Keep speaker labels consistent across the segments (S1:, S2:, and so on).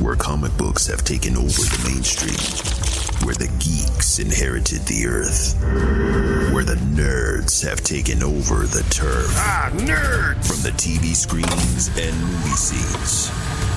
S1: where comic books have taken over the main street, where the geeks inherited the earth, where the nerds have taken over the turf.
S2: Ah, nerds!
S1: From the TV screens and movie scenes.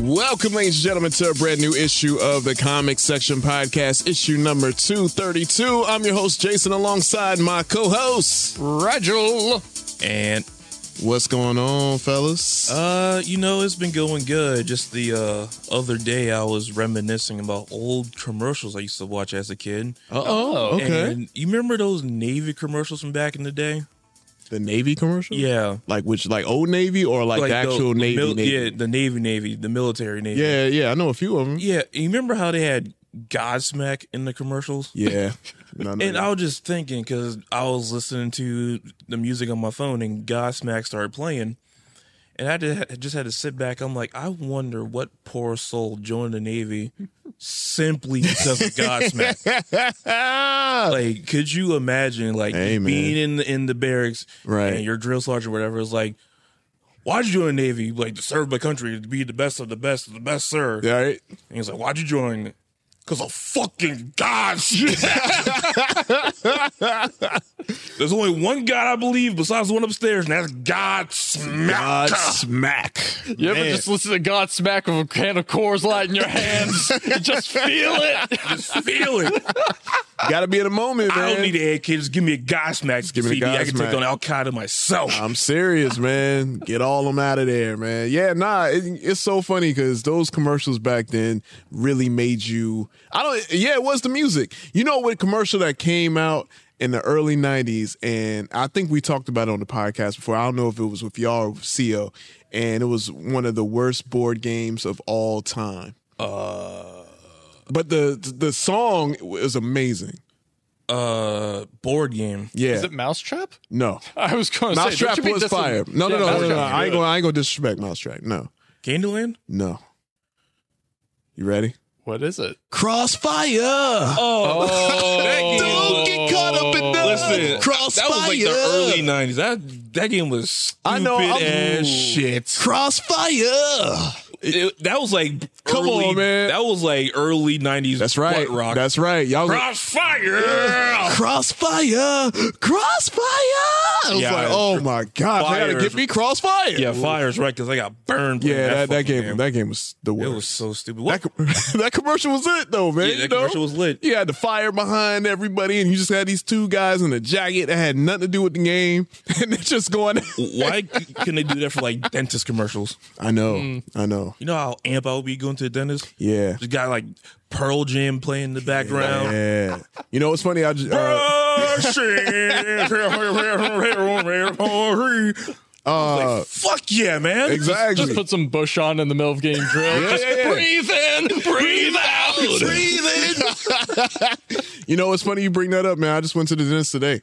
S3: Welcome, ladies and gentlemen, to a brand new issue of the Comic Section Podcast, issue number 232. I'm your host, Jason, alongside my co host.
S4: Rigel. And
S3: What's going on, fellas?
S4: uh, you know, it's been going good. Just the uh other day I was reminiscing about old commercials I used to watch as a kid.
S3: oh,
S4: And you remember those Navy commercials from back in the day?
S3: the Navy commercial?
S4: Yeah.
S3: Like, which, like old Navy or like, the actual Navy?
S4: mil- Yeah,
S3: Navy?
S4: the Navy Navy, the military Navy.
S3: Yeah. yeah, I know a few of them.
S4: Yeah. You remember how they had Godsmack in the commercials?
S3: Yeah. No, no,
S4: And
S3: no.
S4: I was just thinking because I was listening to the music on my phone and Godsmack started playing, and I did- I just had to sit back. I'm like, I wonder what poor soul joined the Navy simply because of Godsmack.
S3: Ah!
S4: like, could you imagine like
S3: Hey, man.
S4: being in the, in the barracks,
S3: Right.
S4: And your drill sergeant, or whatever, is like, why'd you join the Navy? Like to serve my country, to be the best of the best, of the best, sir.
S3: All right.
S4: And he's like, why'd you join? Cause of fucking God. There's only one God I believe besides the one upstairs, and that's God Smack.
S3: God smack.
S5: You ever
S3: Man.
S5: just listen to God smack with a can of Coors Light in your hands? You just feel it.
S4: Just feel it.
S3: Gotta be in the moment, man.
S4: I don't need to add kids. Give me a God Smack
S3: give me the
S4: CD. I can
S3: Godsmack.
S4: take on Al Qaeda myself.
S3: I'm serious, man. Get all them out of there, man. Yeah, nah, it, it's so funny because those commercials back then really made you. I don't. Yeah, it was the music. You know what commercial that came out in the early '90s, and I think we talked about it on the podcast before. I don't know if it was with y'all or with Co. And it was one of the worst board games of all time.
S5: Uh.
S3: But the the song was amazing.
S4: uh, board game.
S3: Yeah.
S5: Is it Mousetrap?
S3: no.
S5: I was going to say.
S3: Mousetrap
S5: don't you be
S3: was
S5: dissing-
S3: fire. No, no, no, no,
S5: Yeah,
S3: no, no.
S5: Mousetrap was
S3: I ain't
S5: good.
S3: gonna, I ain't gonna disrespect Mousetrap. No.
S4: Candyland?
S3: No. You ready?
S5: What is it?
S3: Crossfire.
S5: Oh,
S4: Listen, That was like the early 90s. That, that game was stupid
S3: I know, I'm-
S4: as shit.
S3: Crossfire.
S4: It- that was like
S3: Come
S4: early,
S3: on, man.
S4: That was like early nineties.
S3: That's right.
S4: Rock.
S3: That's right. Y'all.
S4: crossfire.
S3: Crossfire. Crossfire. I was
S4: Yeah,
S3: like,
S4: I-
S3: oh my god, I gotta
S4: Fire
S3: get
S4: is-
S3: me crossfire.
S4: yeah, fires right because I got burned. playing
S3: Yeah, that, that
S4: fucking
S3: game, that game was the
S4: it
S3: worst.
S4: was so stupid.
S3: that,
S4: What?
S3: com- that commercial was it though, man.
S4: Yeah, that
S3: you know?
S4: commercial was lit.
S3: You had the fire behind everybody, and you just had these two guys in a jacket that had nothing to do with the game, and they're just going.
S4: Why can they do that for like dentist commercials?
S3: I know, I know.
S4: You know how amp I would be going to the dentist.
S3: Yeah,
S4: Mm. Just got like Pearl Jam playing in the background.
S3: yeah. You know what's funny? I just uh,
S4: Like, fuck yeah, man!
S3: exactly.
S5: Just put some bush on in the middle of game drill.
S3: Yeah,
S5: Just
S3: yeah, yeah.
S5: breathe in, breathe out.
S3: you know, it's funny you bring that up, man. I just went to the dentist today,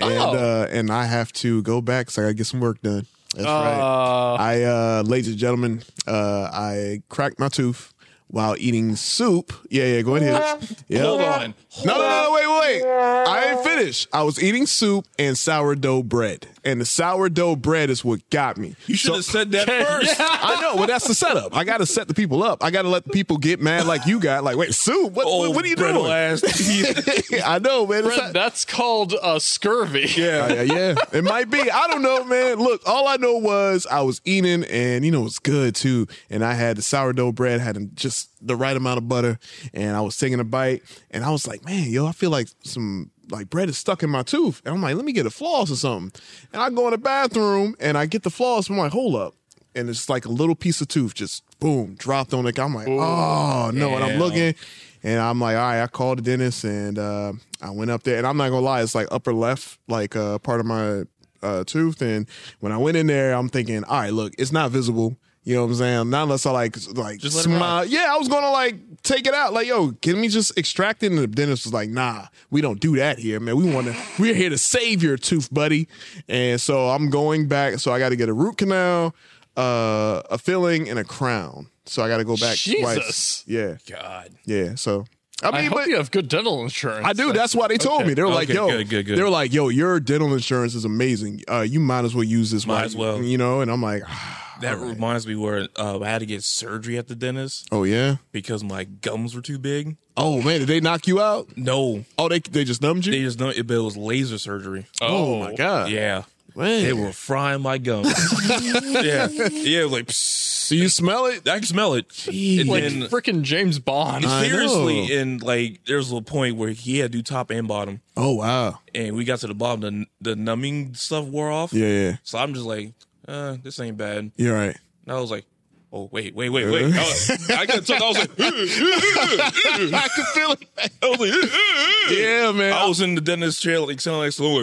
S3: and
S5: Oh.
S3: uh, and I have to go back because I gotta get some work done. That's right.
S5: Uh,
S3: I, uh, ladies and gentlemen, uh, I cracked my tooth while eating soup. Yeah, yeah. Go ahead. Yeah.
S5: Hold on.
S3: No, no, no, wait, wait, wait. I ain't finished. I was eating soup and sourdough bread, and the sourdough bread is what got me.
S4: You should have said that first.
S3: I know. Well, that's the setup. I got to set the people up. I got to let the people get mad like you got. Like, wait, soup? What, what,
S4: Old
S3: what are you
S4: brittle
S3: doing?
S4: Ass.
S3: I know, man. It's not-
S5: That's called uh, scurvy.
S3: yeah, yeah, yeah. It might be. I don't know, man. Look, all I know was I was eating, and you know it's good too. And I had the sourdough bread, had just the right amount of butter, and I was taking a bite, and I was like, man, yo, I feel like some like bread is stuck in my tooth, and I'm like, let me get a floss or something. And I go in the bathroom, and I get the floss. I'm like, hold up, and it's like a little piece of tooth just boom dropped on it. I'm like, oh no, and I'm looking. And I'm like, all right, I called the dentist and uh, I went up there. And I'm not gonna lie, it's like upper left, like uh, part of my uh, tooth. And when I went in there, I'm thinking, all right, look, it's not visible. You know what I'm saying? Not unless I like s- like
S4: Just let it
S3: smile. Yeah, I was gonna like take it out. Like, yo, can we just extract it? And the dentist was like, nah, we don't do that here, man. We wanna we're here to save your tooth, buddy. And so I'm going back. So I gotta get a root canal, uh, a filling, and a crown. So I gotta go back
S5: Jesus.
S3: twice. Yeah.
S4: God.
S3: Yeah. So I
S5: I
S3: mean,
S5: hope
S3: but
S5: you have good dental insurance.
S3: I do. That's why they told me. They were like,
S4: Okay,
S3: "Yo,
S4: good, good, good.
S3: they were like, yo, your dental insurance is amazing. Uh, you might as well use this.
S4: Might
S3: while
S4: as
S3: you-
S4: well.
S3: you know." And I'm like,
S4: That reminds me where uh, I had to get surgery at the dentist
S3: "Oh yeah,
S4: because my gums were too big.
S3: oh man, did they knock you out?
S4: No,
S3: Oh, they they just numbed you.
S4: they just know it, but it was laser surgery.
S5: Oh,
S3: my god,
S4: yeah,
S3: man.
S4: they were frying my gums. yeah, yeah, it was like psst.
S3: Do you smell it?
S4: I can smell it.
S3: Jeez.
S4: And
S5: Like
S4: then
S5: freaking James Bond.
S3: I
S4: seriously,
S3: know.
S4: and like there's a point where he had to do top and bottom,
S3: Oh wow,
S4: and we got to the bottom. The the numbing stuff wore off.
S3: yeah, yeah.
S4: So I'm just like, uh, this ain't bad. And
S3: You're right.
S4: I was like, oh wait, wait, wait, wait. I, was- I got took. I was like,
S3: I can feel it.
S4: I was like,
S3: Yeah, man.
S4: I was in the dentist chair, like sounding like someone.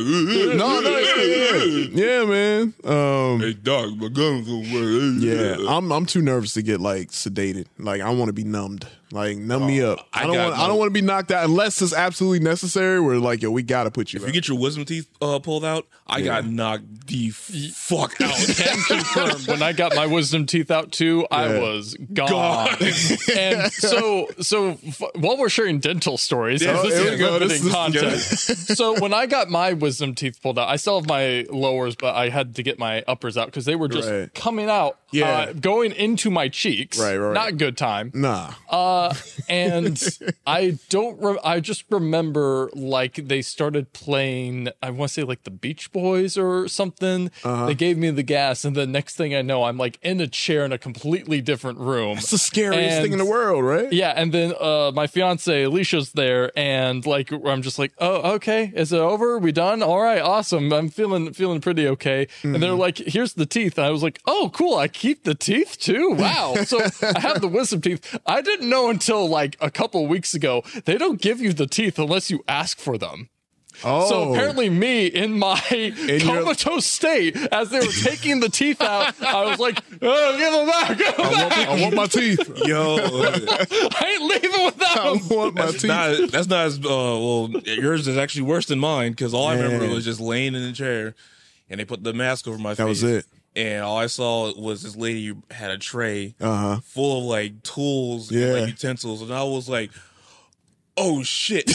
S3: Oh,
S4: Like,
S3: no, no, yeah, yeah, man. Um,
S4: hey, dog, my gums don't work.
S3: Yeah, I'm I'm too nervous to get like sedated. Like I want to be numbed. Like numb me up. I
S4: Oh, I
S3: don't
S4: got
S3: want I don't
S4: no-
S3: want to be knocked out unless it's absolutely necessary. Where like yo, we gotta put you.
S4: If
S3: out.
S4: you get your wisdom teeth uh, pulled out, I got knocked the fuck out.
S5: can confirm when I got my wisdom teeth out too, I was gone.
S4: Gone.
S5: and so, so f- while we're sharing dental stories,
S3: Yeah,
S5: this
S3: here
S5: is
S3: we go.
S5: riveting
S3: This is-
S5: content. so when I got my wisdom teeth pulled out, I still have my lowers, but I had to get my uppers out because they were just
S3: Right.
S5: coming out,
S3: Yeah.
S5: uh, going into my cheeks.
S3: Right, right, right.
S5: Not good time.
S3: nah,
S5: Uh, and I don't. Re- I just remember like they started playing. I want to say like the Beach Boys or something. They gave me the gas, and the next thing I know, I'm like in a chair in a completely different room.
S3: it's the scariest
S5: and-
S3: thing in the world, right?
S5: Yeah, and then uh, my fiance Alicia's there, and like I'm just like, oh, okay, is it over? We done? All right, awesome. I'm feeling feeling pretty okay. And they're like, here's the teeth. And I was like, oh, cool. I keep the teeth too. Wow. So I have the wisdom teeth. I didn't know until like a couple weeks ago. They don't give you the teeth unless you ask for them.
S3: Oh,
S5: So apparently, me in my
S3: your-
S5: comatose state, as they were taking the teeth out, I was like, oh, give them back. Give them
S3: I want,
S5: back.
S3: I want my teeth.
S4: Yo,
S5: I ain't leaving without
S3: I
S5: them.
S3: want my
S4: that's
S3: teeth.
S4: uh, not that's not as uh, well. Yours is actually worse than mine because all I remember
S3: Man.
S4: was just laying in the chair, and they put the mask over my face.
S3: That was it.
S4: And all I saw was this lady who had a tray
S3: Uh-huh.
S4: full of like tools, and,
S3: Yeah.
S4: like, utensils, and I was like, "Oh shit!"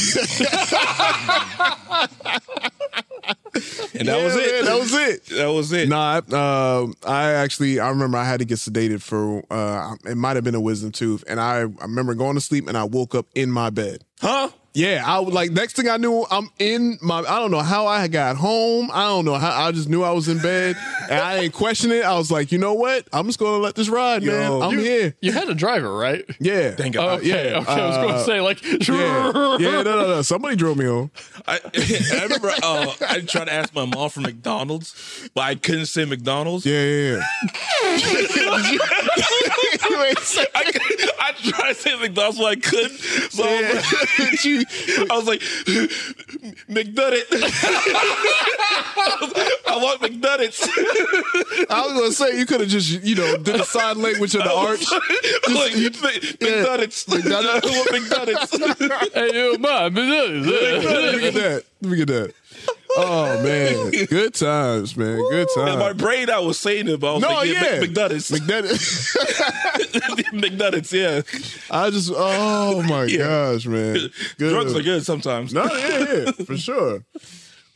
S4: and that was
S3: Yeah, man,
S4: it.
S3: that was it.
S4: That was it.
S3: Nah, I, uh, I actually I remember I had to get sedated for uh, it might have been a wisdom tooth, and I, I remember going to sleep and I woke up in my bed.
S4: Huh?
S3: Yeah, I was like next thing I knew, I'm in my. I don't know how I got home. I don't know how. I just knew I was in bed, and I didn't question it. I was like, you know what? I'm just gonna let this ride, man.
S4: Yo.
S3: I'm
S5: you,
S3: here.
S5: You had a driver, right?
S3: Yeah.
S4: Thank
S5: Oh,
S4: God.
S5: okay,
S3: yeah,
S5: okay. I was going
S3: uh,
S5: to say like,
S3: Yeah. yeah, no, no, no. Somebody drove me home.
S4: I, I remember uh, I tried to ask my mom for McDonald's, but I couldn't say McDonald's.
S3: Yeah, yeah, yeah. Wait, so-
S4: I, could- I tried to say McDonald's, but I couldn't. So I was
S3: yeah.
S4: like-
S3: You-
S4: I was like, McNuggets. I want McNuggets.
S3: I was gonna say you could have just you know did a sign language of the arch.
S4: I'm like,
S3: McNuggets?
S4: McNuggets. I want McNuggets.
S5: hey, you, mom,
S3: Look at that. Look at that. Oh man, good times, man. Good
S4: In my
S3: times.
S4: brain, I was saying it, but I was
S3: No,
S4: like, yeah,
S3: yeah.
S4: Mc- McNuggets.
S3: McNuggets.
S4: McNuggets, yeah.
S3: I just, oh my gosh, man. Good.
S4: Drugs are good sometimes.
S3: No, yeah, yeah, for sure.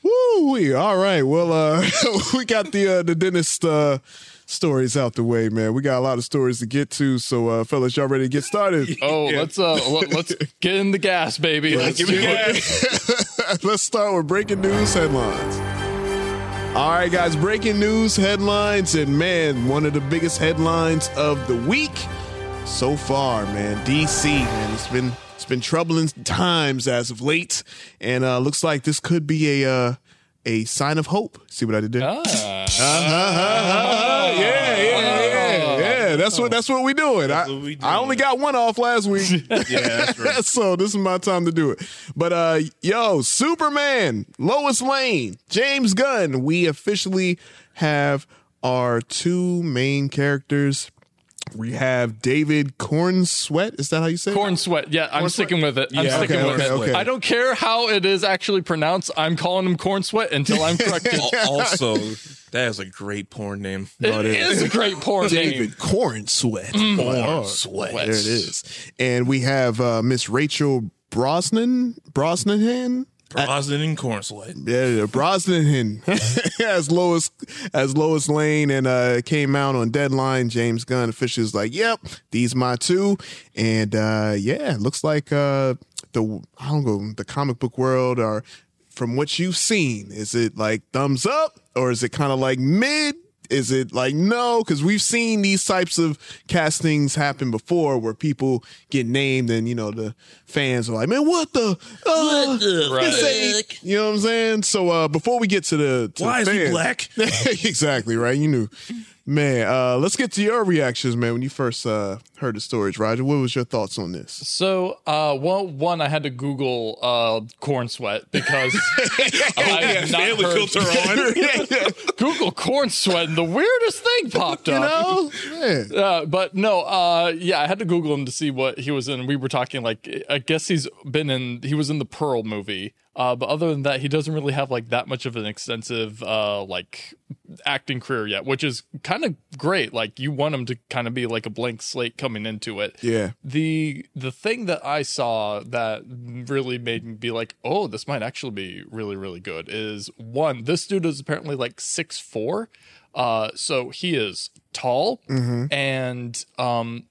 S3: Woo wee. All right. Well, uh, we got the uh, the dentist uh, stories out the way, man. We got a lot of stories to get to. So, uh, fellas, y'all ready to get started?
S5: Oh, let's uh, let- let's get in the gas, baby. Let's
S4: Give me
S5: do it.
S4: gas.
S3: Let's start with breaking news headlines. All right, guys, breaking news headlines. And man, one of the biggest headlines of the week so far, man. DC, man. It's been it's been troubling times as of late. And uh looks like this could be a uh a sign of hope. See what I did there?
S4: Ah.
S3: Uh, yeah, yeah, yeah, yeah. That's what that's what we doing. I,
S4: what we doing.
S3: I only got one off last week.
S4: Yeah, that's right.
S3: so this is my time to do it. But uh yo, Superman, Lois Lane, James Gunn, we officially have our two main characters We have David Corn Sweat. Is that how you say it?
S5: Corn sweat. Yeah, I'm sticking with it. I'm
S4: Yeah,
S5: sticking
S4: okay,
S5: with
S4: okay,
S5: it.
S4: okay.
S5: I don't care how it is actually pronounced. I'm calling him corn sweat until I'm corrected.
S4: Al- also, that is a great porn name.
S5: it is a great porn name.
S3: David Corn Sweat. Corn Sweat. There it is. And we have uh, Miss Rachel Brosnan. Brosnan.
S4: Brosnan and corn sweat.
S3: Yeah, yeah, Brosnan as Lois as Lois Lane and uh came out on deadline. James Gunn officially was like, Yep, these my two. And uh yeah, it looks like uh the I don't know, the comic book world or from what you've seen, is it like thumbs up or is it kind of like mid? Is it like no? Because we've seen these types of castings happen before, where people get named, and you know the fans are like, "Man, what the? Uh, this ain't- you know what I'm saying? So uh, before we get to the to
S4: Why is
S3: the
S4: he
S3: fans-
S4: black?
S3: exactly right. You knew, man. Uh, let's get to your reactions, man. When you first uh, heard the stories, Roger, what was your thoughts on this?
S5: So, uh, one, one, I had to Google uh, corn sweat because I have not
S4: Family
S5: heard-
S4: filter on.
S5: Google corn sweat, and the weirdest thing popped up.
S3: Oh, man.
S5: Uh, but no, uh, yeah, I had to Google him to see what he was in. We were talking like I guess he's been in. He was in the Pearl movie, uh, but other than that, he doesn't really have like that much of an extensive uh, like acting career yet, which is kind of great. Like you want him to kind of be like a blank slate coming into it.
S3: Yeah.
S5: The the thing that I saw that really made me be like, oh, this might actually be really really good is one. This dude is apparently like six four, uh, so he is tall and um.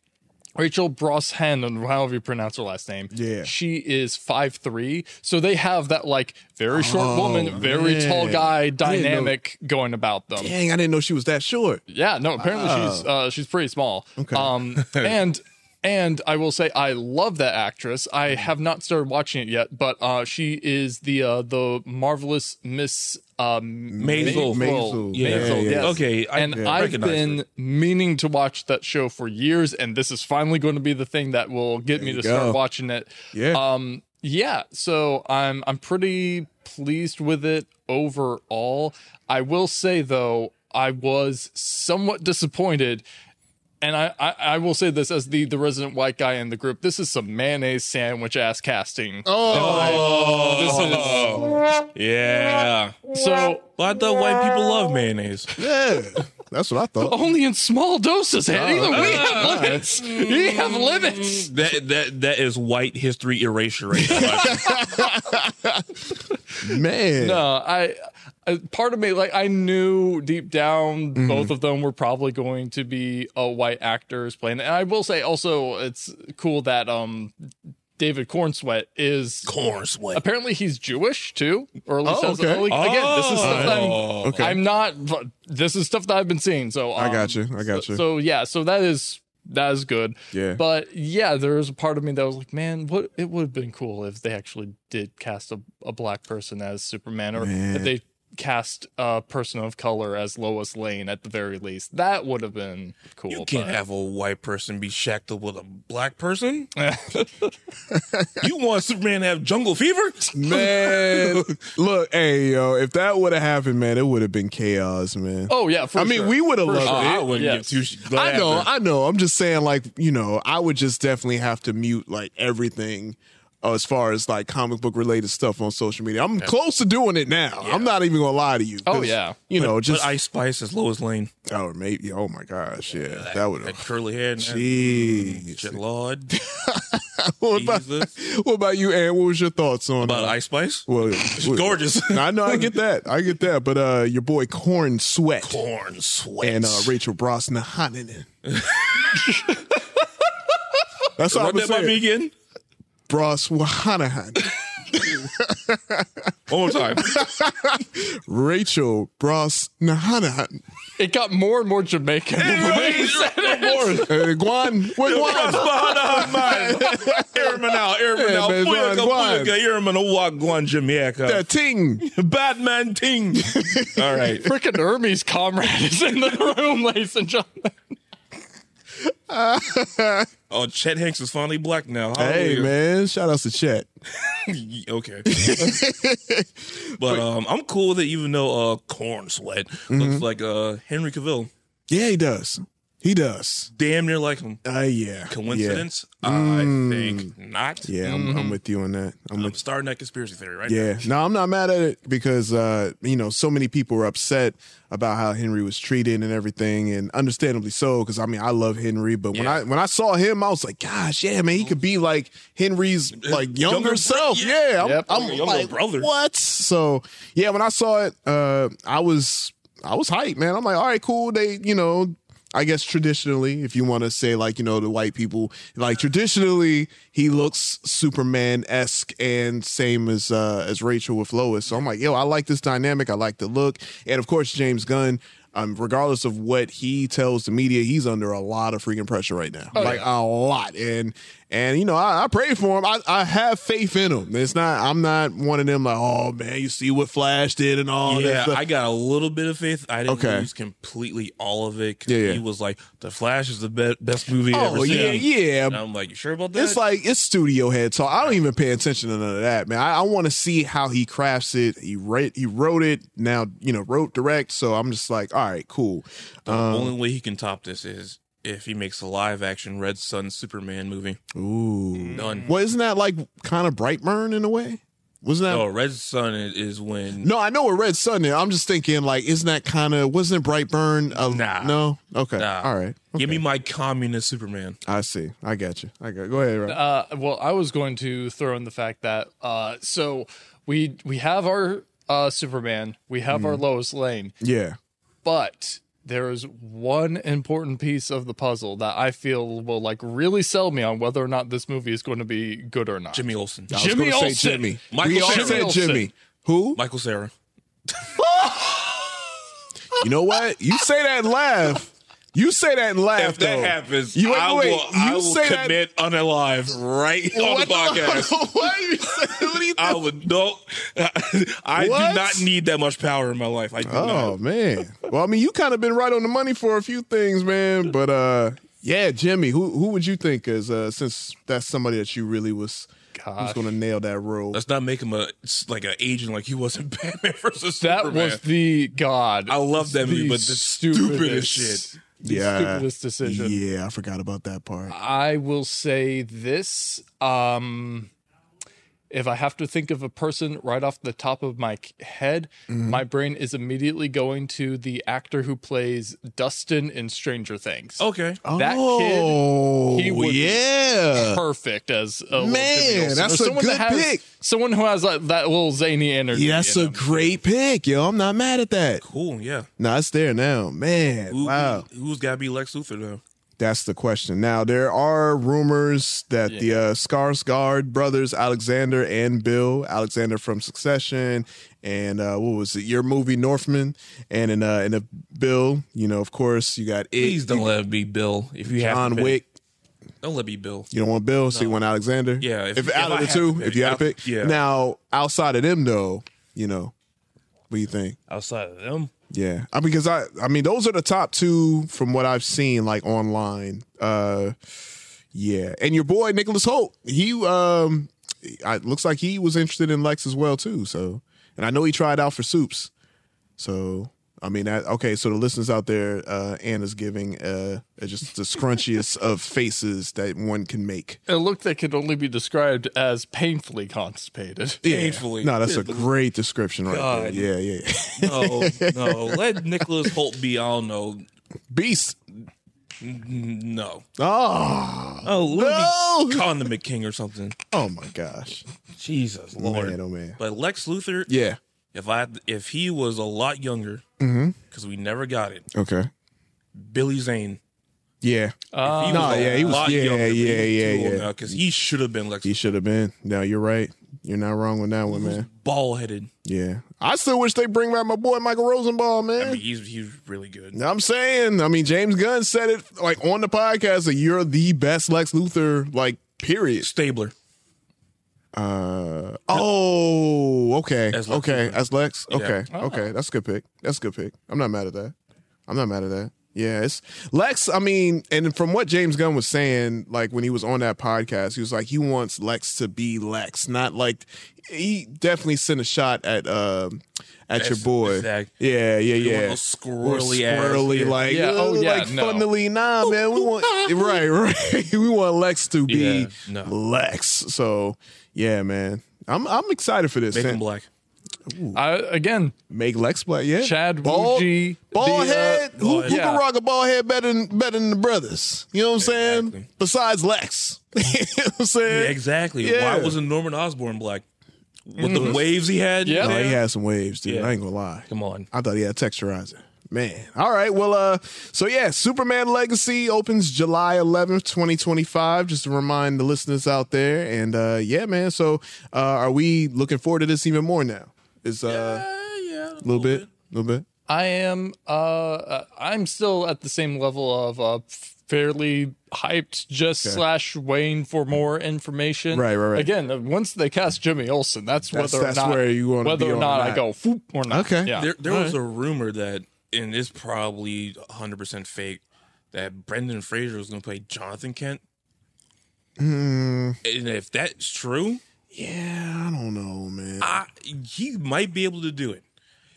S5: Rachel Brosnan, or however you pronounce her last name,
S3: Yeah.
S5: she is five three. So they have that like very short woman, very tall
S3: man.
S5: guy
S3: know-
S5: dynamic going about them.
S3: Dang, I didn't know she was that short.
S5: Yeah, no, apparently she's uh, she's pretty small.
S3: Oh. Okay.
S5: Um and and I will say I love that actress. I have not started watching it yet, but uh she is the uh the marvelous Miss um
S4: Maisel.
S3: Maisel.
S4: Yeah.
S3: Maisel,
S4: yeah.
S3: yes.
S4: Okay. I,
S5: and
S4: yeah.
S5: I've
S4: recognize
S5: been
S4: her.
S5: meaning to watch that show for years, and this is finally going to be the thing that will get me to
S3: you
S5: start
S3: go.
S5: watching it.
S3: Yeah.
S5: Um. Yeah. So I'm I'm pretty pleased with it overall. I will say though, I was somewhat disappointed. And I, I, I will say this as the, the resident white guy in the group. This is some mayonnaise sandwich ass casting.
S3: Oh,
S5: Oh,
S4: Yeah.
S5: so
S4: Well, I thought white people love mayonnaise.
S3: Yeah, that's what I thought.
S5: only in small doses, Eddie. we have limits. We have limits.
S4: That that that is white history erasure. Right now.
S3: Man,
S5: No, I, I part of me like I knew deep down
S3: Mm-hmm.
S5: both of them were probably going to be uh, white actors playing. And I will say also it's cool that um David Cornsweat is
S4: Corn sweat.
S5: apparently he's Jewish too, or at least
S3: Oh,
S5: that's-
S3: okay.
S5: like, again this is stuff that I'm,
S4: Oh.
S3: Okay.
S5: I'm not. This is stuff that I've been seeing. So
S3: I
S5: um,
S3: got you. I got you.
S5: So yeah, so that is that is good.
S3: Yeah.
S5: But yeah, there was a part of me that was like, man, what it would have been cool if they actually did cast a, a black person as Superman, or if they cast a person of color as Lois Lane at the very least. That would have been cool.
S4: You can't
S5: but-
S4: have a white person be shackled with a black person. you want Superman to have jungle fever?
S3: man, look, hey, yo, if that would have happened, man, it would have been chaos, man.
S5: oh yeah, for
S3: I mean,
S5: sure.
S3: we would have
S5: For
S3: loved
S5: sure.
S3: it.
S4: Ah, I wouldn't
S5: Yes.
S4: give two. Sh-
S3: I know, I know. I'm just saying, like, you know, I would just definitely have to mute like everything uh, as far as like comic book related stuff on social media. I'm close to doing it now. I'm not even gonna lie to you.
S5: Oh,
S3: 'cause,
S5: yeah.
S3: you know,
S4: Just
S3: just
S4: Ice Spice as Lois Lane.
S3: oh maybe. Oh my gosh, yeah, that would
S4: That
S3: have.
S4: curly hair. and that-
S3: Jeez.
S4: Shit, Lord.
S3: What about,
S4: Jesus.
S3: what about you, Ann? What was your thoughts on
S4: About
S3: uh,
S4: Ice Spice?
S3: Well, well,
S4: gorgeous.
S3: I know, I get that, I get that. But uh, your boy Corn Sweat
S4: Corn sweat.
S3: and uh, Rachel Brosnahan. That's what I
S4: Run
S3: was
S4: that by
S3: saying.
S4: me again.
S3: Brosnahan.
S4: One more time.
S3: Rachel Brosnahan.
S5: it got more and more Jamaican.
S3: eh, Guan. Wait, Guan.
S4: Irmanal,
S3: Yeah,
S4: Irmanal,
S3: man,
S4: Puyaga,
S3: Guan.
S4: Puyaga, Irmanal, Wagwan,
S3: The
S4: Jamaica.
S3: ting.
S4: Batman Ting. All right.
S5: Freaking Hermes comrade is in the room, ladies and gentlemen.
S4: Oh, Chet Hanks is finally black now.
S3: Hey,
S4: Hallelujah.
S3: man. Shout out to Chet.
S4: Ye- okay. but um, I'm cool
S3: Mm-hmm.
S4: with it, even though uh, Corn Sweat looks like uh, Henry Cavill.
S3: Yeah, he does. He does.
S4: damn near like him.
S3: Uh, yeah. Mm.
S4: Coincidence? I think not.
S3: Yeah, yeah I'm, I'm with you on that. I'm
S4: I'm
S3: with
S4: starting that conspiracy theory right
S3: Yeah. No, I'm not mad at it because uh, you know, so many people were upset about how Henry was treated and everything, and understandably so, because I mean I love Henry, but when
S4: Yeah.
S3: I when I saw him, I was like, gosh, yeah, man, he could be like Henry's like younger,
S4: younger bro-
S3: self.
S4: yeah.
S3: Yeah. I'm,
S5: Yep.
S3: I'm
S4: Like a younger
S3: like,
S4: brother.
S3: What? So yeah, when I saw it, uh, I was I was hyped, man. I'm like, all right, cool. They, you know, I guess traditionally, if you want to say like, you know, the white people, like traditionally he looks Superman esque and same as uh as Rachel with Lois. So I'm like, yo, I like this dynamic. I like the look. And of course, James Gunn. Um, regardless of what he tells the media, he's under a lot of freaking pressure right now,
S4: Oh,
S3: like a lot. And and you know, I, I pray for him. I, I have faith in him. It's not. I'm not one of them like, oh man, you see what Flash did and all that.
S4: Yeah,
S3: stuff."
S4: I got a little bit of faith. I didn't
S3: Okay.
S4: lose completely all of it. 'cause
S3: Yeah, yeah.
S4: He was like, "The Flash is the be- best movie I've
S3: Oh
S4: ever
S3: yeah,
S4: seen."
S3: yeah.
S4: And I'm like, "You sure about that?"
S3: It's like it's studio head talk. I don't even pay attention to none of that, man. I, I want to see how he crafts it. He write, he wrote it. Now you know, wrote direct. So I'm just like, all right, cool.
S4: the only
S3: um,
S4: way he can top this is if he makes a live action Red Sun Superman movie.
S3: Ooh,
S4: Done.
S3: well, isn't that like kind of Brightburn in a way? Wasn't that?
S4: No, Red Sun i- is when
S3: No, I know where Red Sun is. I'm just thinking, like, isn't that kind of wasn't it Brightburn? A,
S4: Nah.
S3: No. Okay.
S4: Nah.
S3: All right.
S4: Give me my communist Superman.
S3: I see. I got you. I got. Go ahead. Rob.
S5: Uh, well, I was going to throw in the fact that uh, so we we have our uh, Superman, we have
S4: Mm.
S5: our Lois Lane,
S3: yeah.
S5: but there is one important piece of the puzzle that I feel will like really sell me on whether or not this movie is going to be good or not.
S4: Jimmy Olsen.
S3: I was
S5: Jimmy
S3: gonna say
S5: Olsen.
S3: Jimmy.
S4: Michael
S3: we all
S4: Jimmy
S3: said
S5: Olsen.
S3: Jimmy. Who?
S4: Michael Sarah.
S3: You know what? You say that and laugh. You say that and laugh.
S4: If that
S3: though.
S4: happens,
S3: you, wait,
S4: I will,
S3: wait.
S4: I
S3: You
S4: will
S3: say that-
S4: commit unalive right on the podcast.
S3: what you say? What do you
S4: I
S3: think?
S4: would no. I
S3: What?
S4: do not need that much power in my life. I do
S3: Oh
S4: not.
S3: man. Well, I mean, you kind of been right on the money for a few things, man. But uh, yeah, Jimmy, who who would you think is uh, since that's somebody that you really was who's
S5: Gosh.
S3: going to nail that role?
S4: Let's not make him a like an agent like he was in Batman versus
S5: that
S4: Superman.
S5: was the god.
S4: I love that movie,
S5: the
S4: but the stupidest shit.
S5: the
S3: Yeah.
S5: stupidest decision.
S3: yeah, I forgot about that part.
S5: I will say this. Um, if I have to think of a person right off the top of my c- head,
S3: Mm-hmm.
S5: my brain is immediately going to the actor who plays Dustin in Stranger Things.
S4: Okay.
S5: that
S3: oh,
S5: kid, he would be
S3: yeah.
S5: Perfect as a little
S3: Uh, Man,
S5: Jimmy Olsen, or
S3: that's a
S5: someone that
S3: good
S5: has,
S3: pick.
S5: Someone who has like, that little zany energy.
S3: Yeah, that's
S5: in
S3: a
S5: them.
S3: great pick, yo. I'm not mad at that.
S4: Cool. Yeah.
S3: No, it's there now, man.
S4: Who,
S3: wow,
S4: who, has got to be Lex Luthor though?
S3: that's the question. Now there are rumors that the uh, Skarsgård brothers, Alexander and Bill, Alexander from Succession, and uh, what was it, your movie Northman, and in uh, and a Bill, you know, of course, you got
S4: Please
S3: it,
S4: don't let it be Bill. If you have
S3: John
S4: to pick.
S3: Wick.
S4: don't let it be Bill.
S3: You don't want Bill, so you want Alexander.
S4: Yeah, if-
S3: If,
S4: if
S3: out
S4: I
S3: of the
S4: had
S3: two,
S4: to pick,
S3: if you had to
S4: out-
S3: pick.
S4: yeah.
S3: Now outside of them, though, you know, what do you think?
S4: Outside of them,
S3: Yeah, I, because I I mean those are the top two from what I've seen like online. Uh, yeah, and your boy Nicholas Holt, he um, I, looks like he was interested in Lex as well too. So, and I know he tried out for Soups. So I mean that okay. So the listeners out there, uh, Anna's giving uh just the scrunchiest of faces that one can make.
S5: A look that could only be described as painfully constipated.
S4: painfully.
S3: No, that's a great description right
S4: God.
S3: there. Yeah, yeah.
S4: no, no. Let Nicholas Holt be. I don't know.
S3: Beast.
S4: No.
S3: Oh,
S4: Oh, let it be
S3: No!
S4: Condiment King or something.
S3: oh my gosh.
S4: Jesus Lord.
S3: Man, oh man.
S4: But Lex Luthor,
S3: Yeah.
S4: if I if he was a lot younger, because we never got it,
S3: Okay.
S4: Billy Zane.
S3: Yeah.
S4: If
S3: no,
S4: he was a
S3: Uh, yeah, he was-
S4: lot
S3: yeah,
S4: younger, but he
S3: yeah,
S4: was
S3: yeah,
S4: too old
S3: yeah.
S4: now, 'cause he should have been Lex.
S3: He should have been. No, you're right. You're not wrong with that one,
S4: Mm-hmm.
S3: man.
S4: Ball headed.
S3: Yeah. I still wish they bring back my boy Michael Rosenbaum, man.
S4: I mean, he's he's really good.
S3: I'm saying, I mean, James Gunn said it like on the podcast that you're the best Lex Luthor, like, period.
S4: Stabler.
S3: Uh oh, okay.
S4: As Lex
S3: okay.
S4: Luthor.
S3: As Lex. Okay.
S5: Ah.
S3: Okay. That's a good pick. That's a good pick. I'm not mad at that. I'm not mad at that. Yeah, it's Lex. I mean, and from what James Gunn was saying, like when he was on that podcast, he was like, he wants Lex to be Lex, not like he definitely sent a shot at um at your
S4: That's-
S3: boy.
S4: exact-
S3: Yeah, yeah,
S4: You want
S3: yeah.
S4: those
S3: Or
S4: squirrely ass-
S3: squirrely,
S4: yeah.
S3: like
S5: Yeah, oh,
S3: "Ugh,"
S5: yeah,
S3: like
S5: no.
S3: funnily, nah, man. We want right, right. we want Lex to be
S4: Yeah, no.
S3: Lex. So yeah, man. I'm I'm excited for this.
S4: Make him
S3: And-
S4: black.
S5: I, again,
S3: Make Lex black, yeah.
S5: Chad
S3: bald,
S5: Wooji,
S3: bald
S5: the, uh,
S3: head. who who
S5: yeah.
S3: can rock a bald head better than better than the brothers? You know what I'm saying?
S4: Exactly.
S3: Besides Lex, you know what I'm
S4: Yeah,
S3: saying?
S4: exactly.
S3: Yeah.
S4: Why wasn't Norman Osborn black? With the waves he had?
S5: Yeah.
S3: No,
S4: man.
S3: Oh, he had some waves, dude.
S4: Yeah.
S3: I ain't gonna lie.
S4: Come on.
S3: I thought he had texturizer. Man. All right. Well, uh, so yeah, Superman Legacy opens July 11th, 2025. Just to remind the listeners out there. And uh, yeah, man. So uh, are we looking forward to this even more now? Is uh,
S4: yeah,
S3: a little bit, a little bit.
S5: I am uh, uh I'm still at the same level of uh fairly hyped just slash waiting for more information.
S3: Right, right, right.
S5: Again, uh, once they cast Jimmy Olsen, that's,
S3: That's-
S5: whether
S3: that's
S5: or not
S3: where you wanna
S5: whether
S3: be
S5: or
S3: on
S5: not I
S3: that.
S5: go "Foop," or not.
S3: Okay.
S5: Yeah.
S4: There, there was a rumor that, and it's probably 100% fake, that Brendan Fraser was going to play Jonathan Kent.
S3: Hmm.
S4: And if that's true,
S3: Yeah, I don't know, man.
S4: I, he might be able to do it.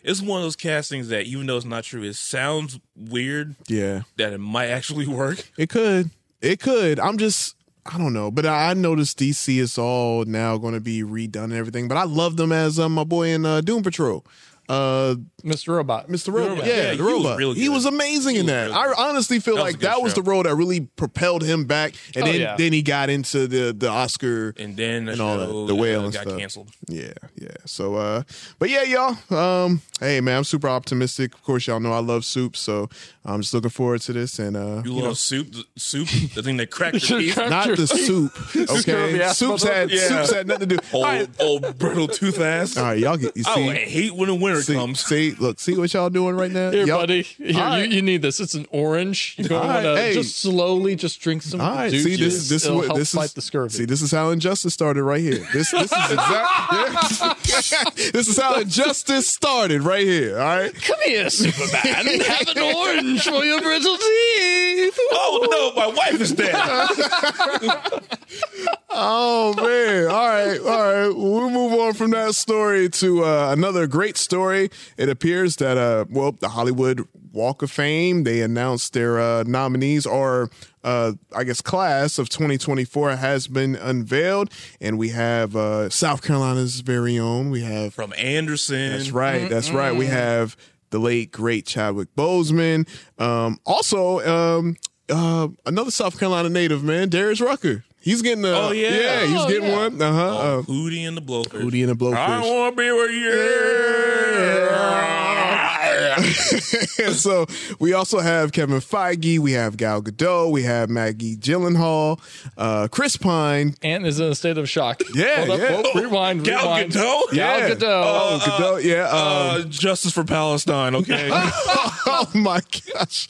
S4: It's one of those castings that, even though it's not true, it sounds weird
S3: yeah.
S4: that it might actually work.
S3: It could. It could. I'm just I don't know, but I I noticed DC is all now going to be redone and everything. But I love them as uh, my boy in uh, Doom Patrol, uh,
S5: Mr. Robot.
S3: Mr. Robot.
S4: Robot.
S3: Yeah,
S4: Yeah,
S3: the
S4: he was
S3: robot.
S4: really
S3: he
S4: good.
S3: was amazing in
S4: was
S3: that.
S4: really
S3: I
S4: good.
S3: honestly feel
S4: That was a
S3: like
S4: good
S3: that was
S4: show.
S3: the role that really propelled him back, and
S5: Oh,
S3: then
S5: yeah.
S3: then he got into the the Oscar
S4: And then the
S3: And all
S4: show
S3: that, the whale
S4: uh,
S3: and
S4: got
S3: stuff.
S4: canceled.
S3: Yeah, yeah. So, uh, but yeah, y'all. Um, hey, man, I'm super optimistic. Of course, y'all know I love soup, so I'm just looking forward to this. And uh, you
S4: You, love
S3: know,
S4: soup, the, soup, the thing that cracked your
S5: Should've
S4: teeth.
S5: cracked-
S3: not the soup.
S5: Scurvy
S3: Okay,
S5: ass
S3: soups
S5: mother-
S3: had
S4: Yeah.
S3: soups had nothing to do. All right,
S4: Old, old brittle tooth ass.
S3: all right, y'all get you
S4: Oh, I
S3: see,
S4: hate when a winter
S3: see,
S4: comes.
S3: see, look, see what y'all doing right now,
S5: Here,
S3: Y'all-
S5: buddy. Here,
S3: All right.
S5: you, you need this. It's an orange. You're going
S3: All right,
S5: to
S3: hey.
S5: just slowly just drink some.
S3: All right,
S5: juice.
S3: see this is this is
S5: It'll
S3: what
S5: help
S3: this
S5: fight
S3: is
S5: the scurvy.
S3: See, this is how injustice started right here. This this is exactly this is how injustice started right here. All right.
S5: Come here, Superman. Have an orange for your brittle teeth.
S4: Oh no, my wife is dead.
S3: Oh man! All right, all right. We'll move on from that story to uh, another great story. It appears that uh, well, the Hollywood Walk of Fame they announced their uh, nominees or uh, I guess class of 2024 has been unveiled, and we have uh, South Carolina's very own. We have
S4: From Anderson.
S3: that's right. That's right.
S4: Mm-hmm.
S3: We have the late great Chadwick Bozeman. Um, also, um, uh, another South Carolina native man, Darius Rucker. He's getting a
S4: Oh, yeah.
S3: he's
S5: Oh,
S3: getting
S5: yeah.
S3: one. Uh huh.
S4: Oh, Hootie and the Blowfish.
S3: Hootie and the
S4: I
S3: Blowfish.
S4: want to be with you.
S3: And so we also have Kevin Feige, we have Gal Gadot, we have Maggie Gyllenhaal, uh, Chris Pine.
S5: Ant is in a state of shock.
S3: Yeah,
S5: Hold up,
S3: yeah. Oh,
S5: whoa, rewind,
S4: Gal
S5: rewind.
S4: Gadot?
S5: Gal
S3: Yeah.
S5: Gadot.
S3: Oh, Gadot, yeah. um,
S4: Uh, justice for Palestine, okay?
S3: oh my gosh.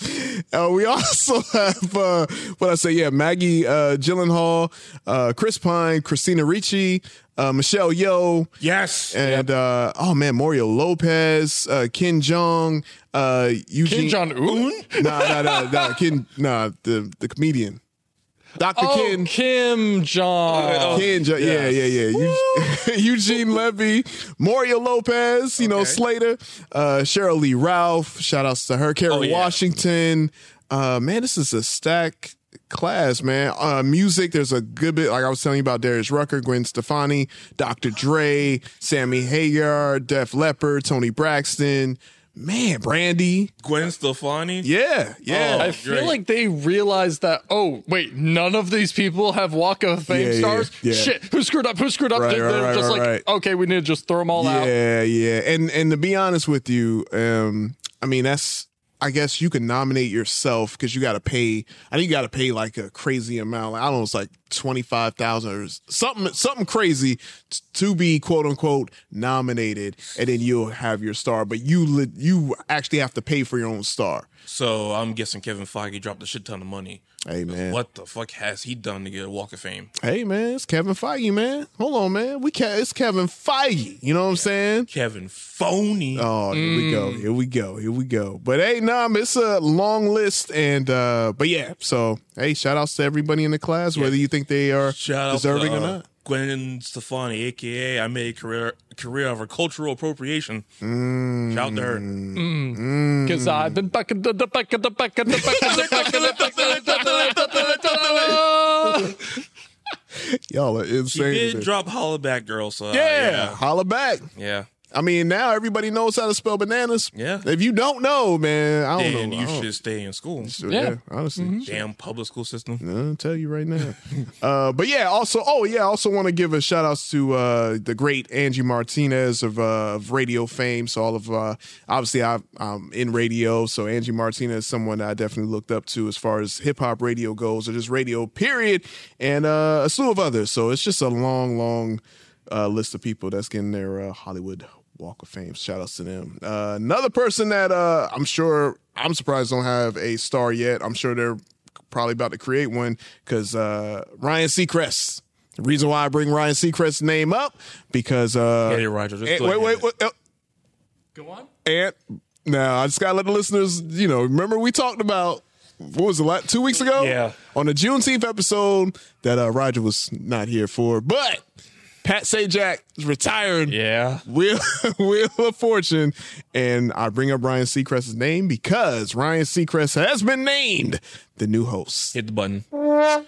S3: Uh, we also have uh, what I say, yeah, Maggie uh, Gyllenhaal, uh, Chris Pine, Christina Ricci, uh, Michelle Yeoh,
S4: yes.
S3: and uh, oh man, Mario Lopez, uh, Ken Jong, uh, Eugene.
S5: Kim Jong Un.
S3: Nah, nah, nah, nah, Ken, nah, the the comedian, Doctor
S5: Oh,
S3: Ken.
S5: Kim Jong.
S3: Ken, Jo- yeah,
S4: Oh, yes.
S3: yeah, yeah. Eu- Eugene Levy, Mario Lopez, you know, Slater, uh, Cheryl Lee Ralph, shout outs to her, Karen
S4: Oh, yeah.
S3: Washington. Uh, man, this is a stack class, man. Uh, music, there's a good bit, like I was telling you about Darius Rucker, Gwen Stefani, Dr. Dre, Sammy Hagar, Def Leppard, Tony Braxton. Man, Brandy.
S4: Gwen Stefani.
S3: Yeah, yeah.
S5: I feel
S4: great.
S5: like they realized that. Oh wait, none of these people have Walk of Fame
S3: Yeah, yeah,
S5: stars.
S3: yeah.
S5: Shit, who screwed up? Who screwed up?
S3: Right,
S5: They-
S3: right,
S5: They're
S3: right,
S5: just
S3: right,
S5: like,
S3: right.
S5: okay, we need to just throw them all out.
S3: Yeah, yeah. And and to be honest with you, um, I mean that's I guess you can nominate yourself because you got to pay. I think you got to pay like a crazy amount. Like, I don't know, it's like twenty-five thousand or something something crazy t- to be quote unquote nominated, and then you'll have your star. But you li- you actually have to pay for your own star.
S4: So I'm guessing Kevin Feige dropped a shit ton of money.
S3: Hey man,
S4: What the fuck has he done to get a Walk of Fame?
S3: hey man, it's Kevin Feige, man. Hold on, man. We can It's Kevin Feige. You know what I'm saying?
S4: Kevin Phony.
S3: Oh, here we go.
S4: Mm.
S3: Here we go. Here we go. But hey, Nam, it's a long list. And, uh, but yeah, so hey, shout outs to everybody in the class, whether you think they are
S4: Shout out
S3: deserving
S4: to,
S3: or
S4: uh,
S3: not.
S4: Gwen Stefani, aka I made a career career of her cultural appropriation.
S3: Mm.
S4: Shout out to her.
S5: Because I've been back in the the back in the back in the back in the back in the back in the back.
S3: Y'all are
S4: She
S3: insane.
S4: did
S3: today.
S4: drop Holla Back Girl, so uh,
S3: yeah, holla back.
S4: yeah.
S3: I mean, now everybody knows how to spell bananas.
S4: Yeah.
S3: If you don't know, man, I don't
S4: Then
S3: know.
S4: you
S3: I don't-
S4: should Mm-hmm. stay in school.
S3: so,
S5: Yeah.
S3: yeah. honestly.
S4: Damn public school system.
S3: I'll tell you right now. uh, but yeah, also, oh yeah, I also want to give a shout outs to uh, the great Angie Martinez of, uh, of radio fame. So all of uh, obviously I, I'm in radio, so Angie Martinez is someone I definitely looked up to as far as hip hop radio goes, or just radio period, and uh, a slew of others. So it's just a long, long uh, list of people that's getting their uh, Hollywood Walk of Fame. Shout outs to them. Uh, another person that uh, I'm sure I'm surprised don't have a star yet. I'm sure they're probably about to create one because uh, Ryan Seacrest. The reason why I bring Ryan Seacrest's name up because uh,
S4: Yeah, you're right, Joe. Just
S3: Ant-
S4: go
S3: wait, wait,
S4: ahead.
S3: wait, uh,
S5: Go on.
S3: Ant. Now I just gotta let the listeners, you know, remember we talked about what was it, like two weeks ago?
S4: Yeah.
S3: on the Juneteenth episode that uh, Roger was not here for, but Pat Sajak is retiring.
S5: Yeah.
S3: Wheel, Wheel of Fortune. And I bring up Ryan Seacrest's name because Ryan Seacrest has been named the new host.
S4: Hit the button. God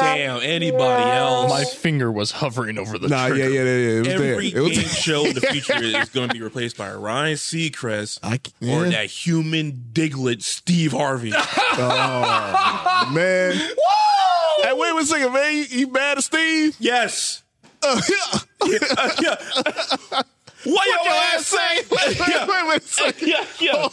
S4: damn, anybody else.
S5: My finger was hovering over the
S3: Nah, yeah,
S5: trigger.
S3: yeah, yeah, yeah. It was
S4: Every
S3: there. It was
S4: game show in the future is going to be replaced by Ryan Seacrest
S3: I c-
S4: or
S3: yeah.
S4: that human diglet Steve Harvey.
S3: man. Hey, wait one second, man. You, you mad at Steve?
S4: yes. yeah. What your ass say?
S3: wait, wait, wait a second.
S4: yeah, yeah.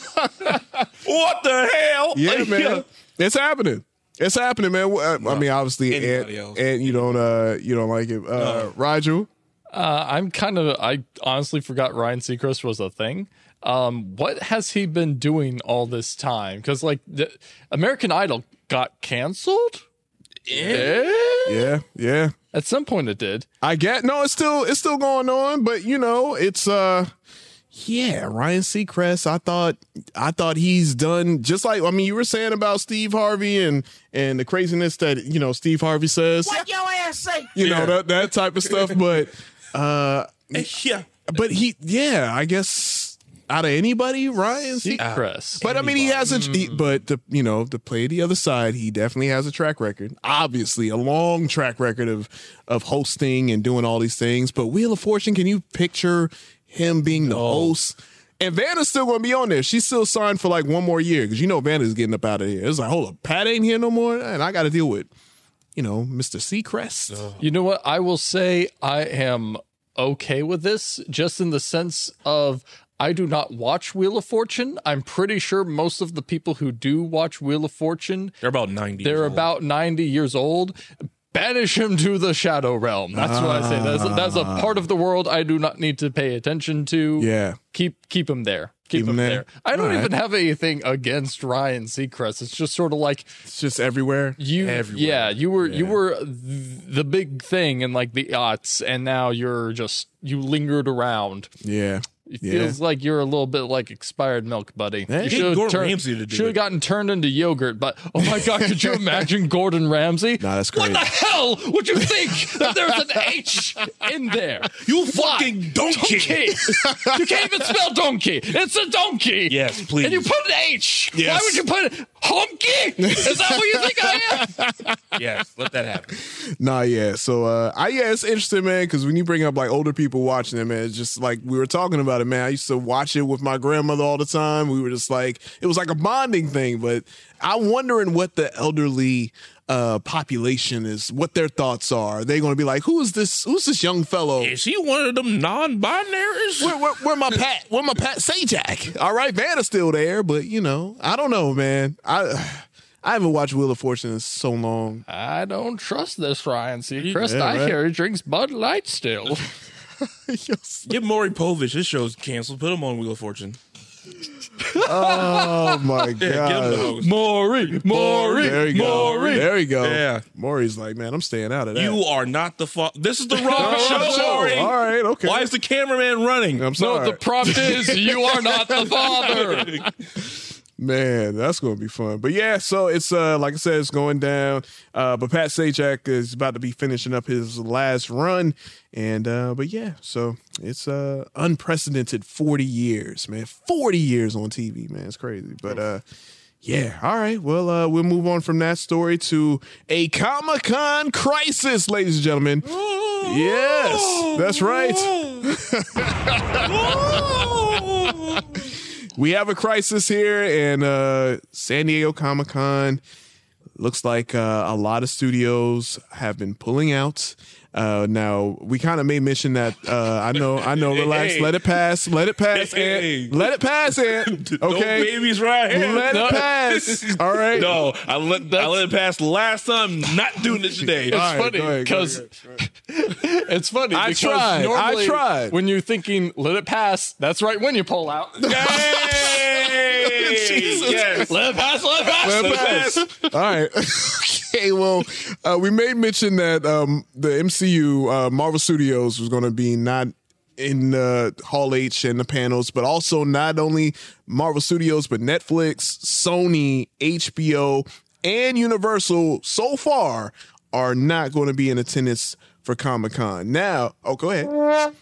S4: what the hell?
S3: Yeah, man. It's happening. It's happening, man. I, I mean, obviously, and,
S4: Anybody else.
S3: and you don't, uh, you don't like it, uh, Roger.
S5: Uh, I'm kind of. I honestly forgot Ryan Seacrest was a thing. Um, what has he been doing all this time? Because like the American Idol got canceled. Eh?
S3: Yeah, yeah.
S5: At some point, it did.
S3: I get no, it's still it's still going on, but you know, it's uh yeah, Ryan Seacrest. I thought I thought he's done just like I mean you were saying about Steve Harvey and and the craziness that you know Steve Harvey says. What your ass say? You know that that type of stuff, but uh
S4: Yeah.
S3: but he yeah, I guess out of anybody, Ryan Seacrest.
S5: Seacrest.
S3: But I mean, he has a he, but the you know to play the other side, he definitely has a track record. Obviously, a long track record of of hosting and doing all these things. But Wheel of Fortune, can you picture him being the host? And Vanna's still going to be on there. She's still signed for like one more year because you know Vanna's getting up out of here. It's like, hold up, Pat ain't here no more, and I got to deal with you know Mr. Seacrest.
S5: You know what? I will say I am okay with this, just in the sense of I do not watch Wheel of Fortune. I'm pretty sure most of the people who do watch Wheel of Fortune,
S4: They're about 90. years
S5: they're
S4: old.
S5: about 90 years old. Banish him to the shadow realm. That's what I say. That's, that's a part of the world I do not need to pay attention to.
S3: Yeah.
S5: Keep keep him there. Keep, him there. I don't
S3: All right.
S5: even have anything against Ryan Seacrest. It's just sort of like
S3: It's just everywhere.
S5: you
S4: everywhere.
S5: yeah you were you were th- the big thing in like the aughts and now you're just you lingered around
S3: Yeah,
S5: it
S3: Yeah.
S5: feels like you're a little bit like expired milk buddy
S3: Hey,
S5: you
S4: get
S5: should've
S4: Gordon
S5: turned-
S4: Ramsay to do
S5: should've
S4: it.
S5: gotten turned into yogurt but oh my god could you imagine gordon ramsay
S3: nah, that's
S5: what
S3: crazy.
S5: the hell would you think that there's an h in there
S4: You
S5: Why?
S4: fucking donkey.
S5: Donkey. you can't even spell donkey. It's a donkey.
S4: Yes, please.
S5: And you put an H.
S3: Yes.
S5: Why would you put it? Honky? Is that what you think I am?
S4: Yes, let that happen.
S3: Nah, yeah. So, uh, I yeah, it's interesting, man, because when you bring up like older people watching it, man, it's just like we were talking about it, man. I used to watch it with my grandmother all the time. We were just like, it was like a bonding thing. But I'm wondering what the elderly uh population is, what their thoughts are. Are they going to be like, who is this? Who's this young fellow?
S4: Is he one of them non-binaries?
S3: Where, where, where my Pat? Where my Pat Sajak? All right, Vanna's still there, but you know, I don't know, man. I I haven't watched Wheel of Fortune in so long.
S5: I don't trust this Ryan Seacrest.
S3: Yeah,
S5: I
S3: right.
S5: hear he drinks Bud Light still.
S3: Yes.
S4: Get Maury Povich. His show's canceled. Put him on Wheel of Fortune.
S3: Oh my
S4: Yeah, get him the
S3: god.
S4: host.
S5: Maury,
S3: There
S5: Maury,
S3: you go.
S5: Maury.
S3: There you go.
S4: Yeah.
S3: Maury's like, man, I'm staying out of that.
S4: You are not the fa- This is the wrong
S3: Oh,
S4: show, Maury.
S3: All right. Okay.
S4: Why is the cameraman running?
S3: I'm
S5: No,
S3: sorry.
S5: the prompt is you are not the father.
S3: Man, that's gonna be fun. But yeah, so it's uh like I said, it's going down. Uh but Pat Sajak is about to be finishing up his last run. And uh but yeah, so it's uh unprecedented 40 years, man. 40 years on TV, man. It's crazy. But uh yeah, all right. Well, uh, we'll move on from that story to a Comic Con crisis, ladies and gentlemen. Yes, that's right. we have a crisis here, and uh, San Diego Comic Con looks like uh, a lot of studios have been pulling out. Uh, now we kind of may mention that uh, I know I know relax
S4: Hey.
S3: let it pass let it pass
S4: Hey.
S3: and let it pass and okay
S4: No babies right here.
S3: let
S5: No.
S3: it pass. All right.
S4: No, I let I
S5: That's-
S4: let it pass last time. Not doing it today.
S5: It's
S3: All right, go
S5: funny
S3: ahead, go
S5: because it's funny.
S3: I
S5: because
S3: tried, I
S5: Normally,
S3: tried.
S5: When you're thinking, let it pass. That's right. When you pull out,
S4: Hey!
S3: Jesus.
S4: Yes.
S5: let it pass. Let it pass.
S3: Let it
S4: pass.
S3: All right. okay. Well, uh, we may mention that um, the MCU, uh, Marvel Studios, was going to be not in uh, Hall H and the panels, but also not only Marvel Studios, but Netflix, Sony, HBO, and Universal so far are not going to be in attendance for Comic Con. Now, oh, go ahead.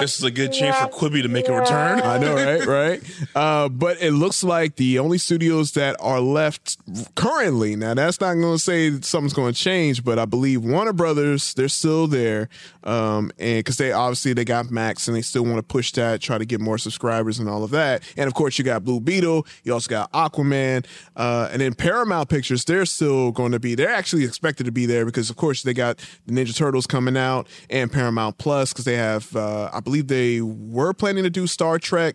S4: This is a good chance for Quibi to make a return.
S3: I know, right? Right. Uh, but it looks like the only studios that are left currently. Now, that's not going to say that something's going to change, but I believe Warner Brothers they're still there, um, and because they obviously they got Max and they still want to push that, try to get more subscribers and all of that. And of course, you got Blue Beetle. You also got Aquaman, uh, and then Paramount Pictures. They're still going to be. They're actually expected to be there because, of course, they got the Ninja Turtles coming out and Paramount Plus because they have. Uh, I believe they were planning to do Star Trek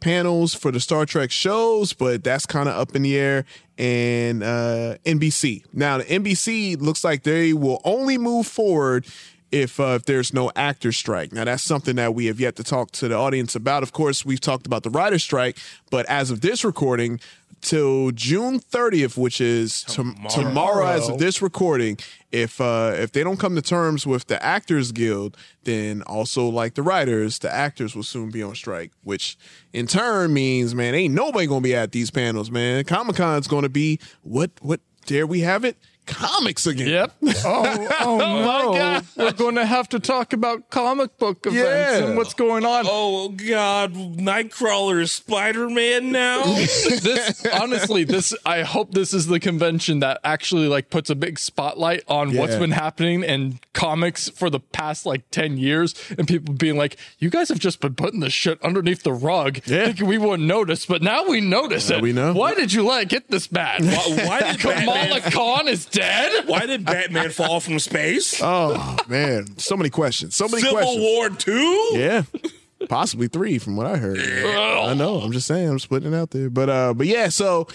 S3: panels for the Star Trek shows, but that's kind of up in the air. And uh, NBC. Now, the NBC looks like they will only move forward if uh, if there's no actor strike. Now that's something that we have yet to talk to the audience about. Of course, we've talked about the writer strike, but as of this recording, till June 30th, which is tomorrow, tomorrow as of this recording, if uh, if they don't come to terms with the Actors Guild, then also like the writers, the actors will soon be on strike, which in turn means man, ain't nobody gonna be at these panels, man. Comic Con's gonna be what what dare we have it? Comics again.
S5: Yep. Oh, oh no.
S3: God.
S5: We're going to have to talk about comic book events
S3: Yeah.
S5: and what's going on.
S4: Oh God, Nightcrawler is Spider Man now.
S5: this honestly, this I hope this is the convention that actually like puts a big spotlight on what's
S3: Yeah.
S5: been happening in comics for the past like ten years, and people being like, "You guys have just been putting this shit underneath the rug,
S3: Yeah.
S5: thinking we wouldn't notice, but now we notice it.
S3: we know.
S5: Why did you let it get this bad?
S4: why, why did
S5: Kamala
S4: Batman?
S5: Khan is dead.
S4: Why did Batman fall from space?
S3: Oh man, so many questions. So many
S4: Civil
S3: questions.
S4: War Two.
S3: Yeah. Possibly three from what I heard. I know. I'm just saying, I'm just putting it out there. But uh but yeah, so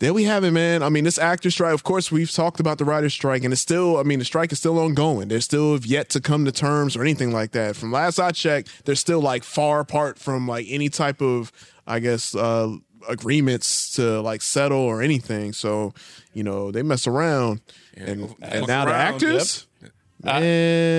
S3: there we have it, man. I mean, this actor strike, of course, we've talked about the writer's strike, and it's still, I mean, the strike is still ongoing. They're still have yet to come to terms or anything like that. From last I checked, they're still like far apart from like any type of, I guess, uh agreements to like settle or anything. So, you know, they mess around. and and
S4: fuck
S3: now the
S4: around,
S3: actors?
S5: I-
S3: Man.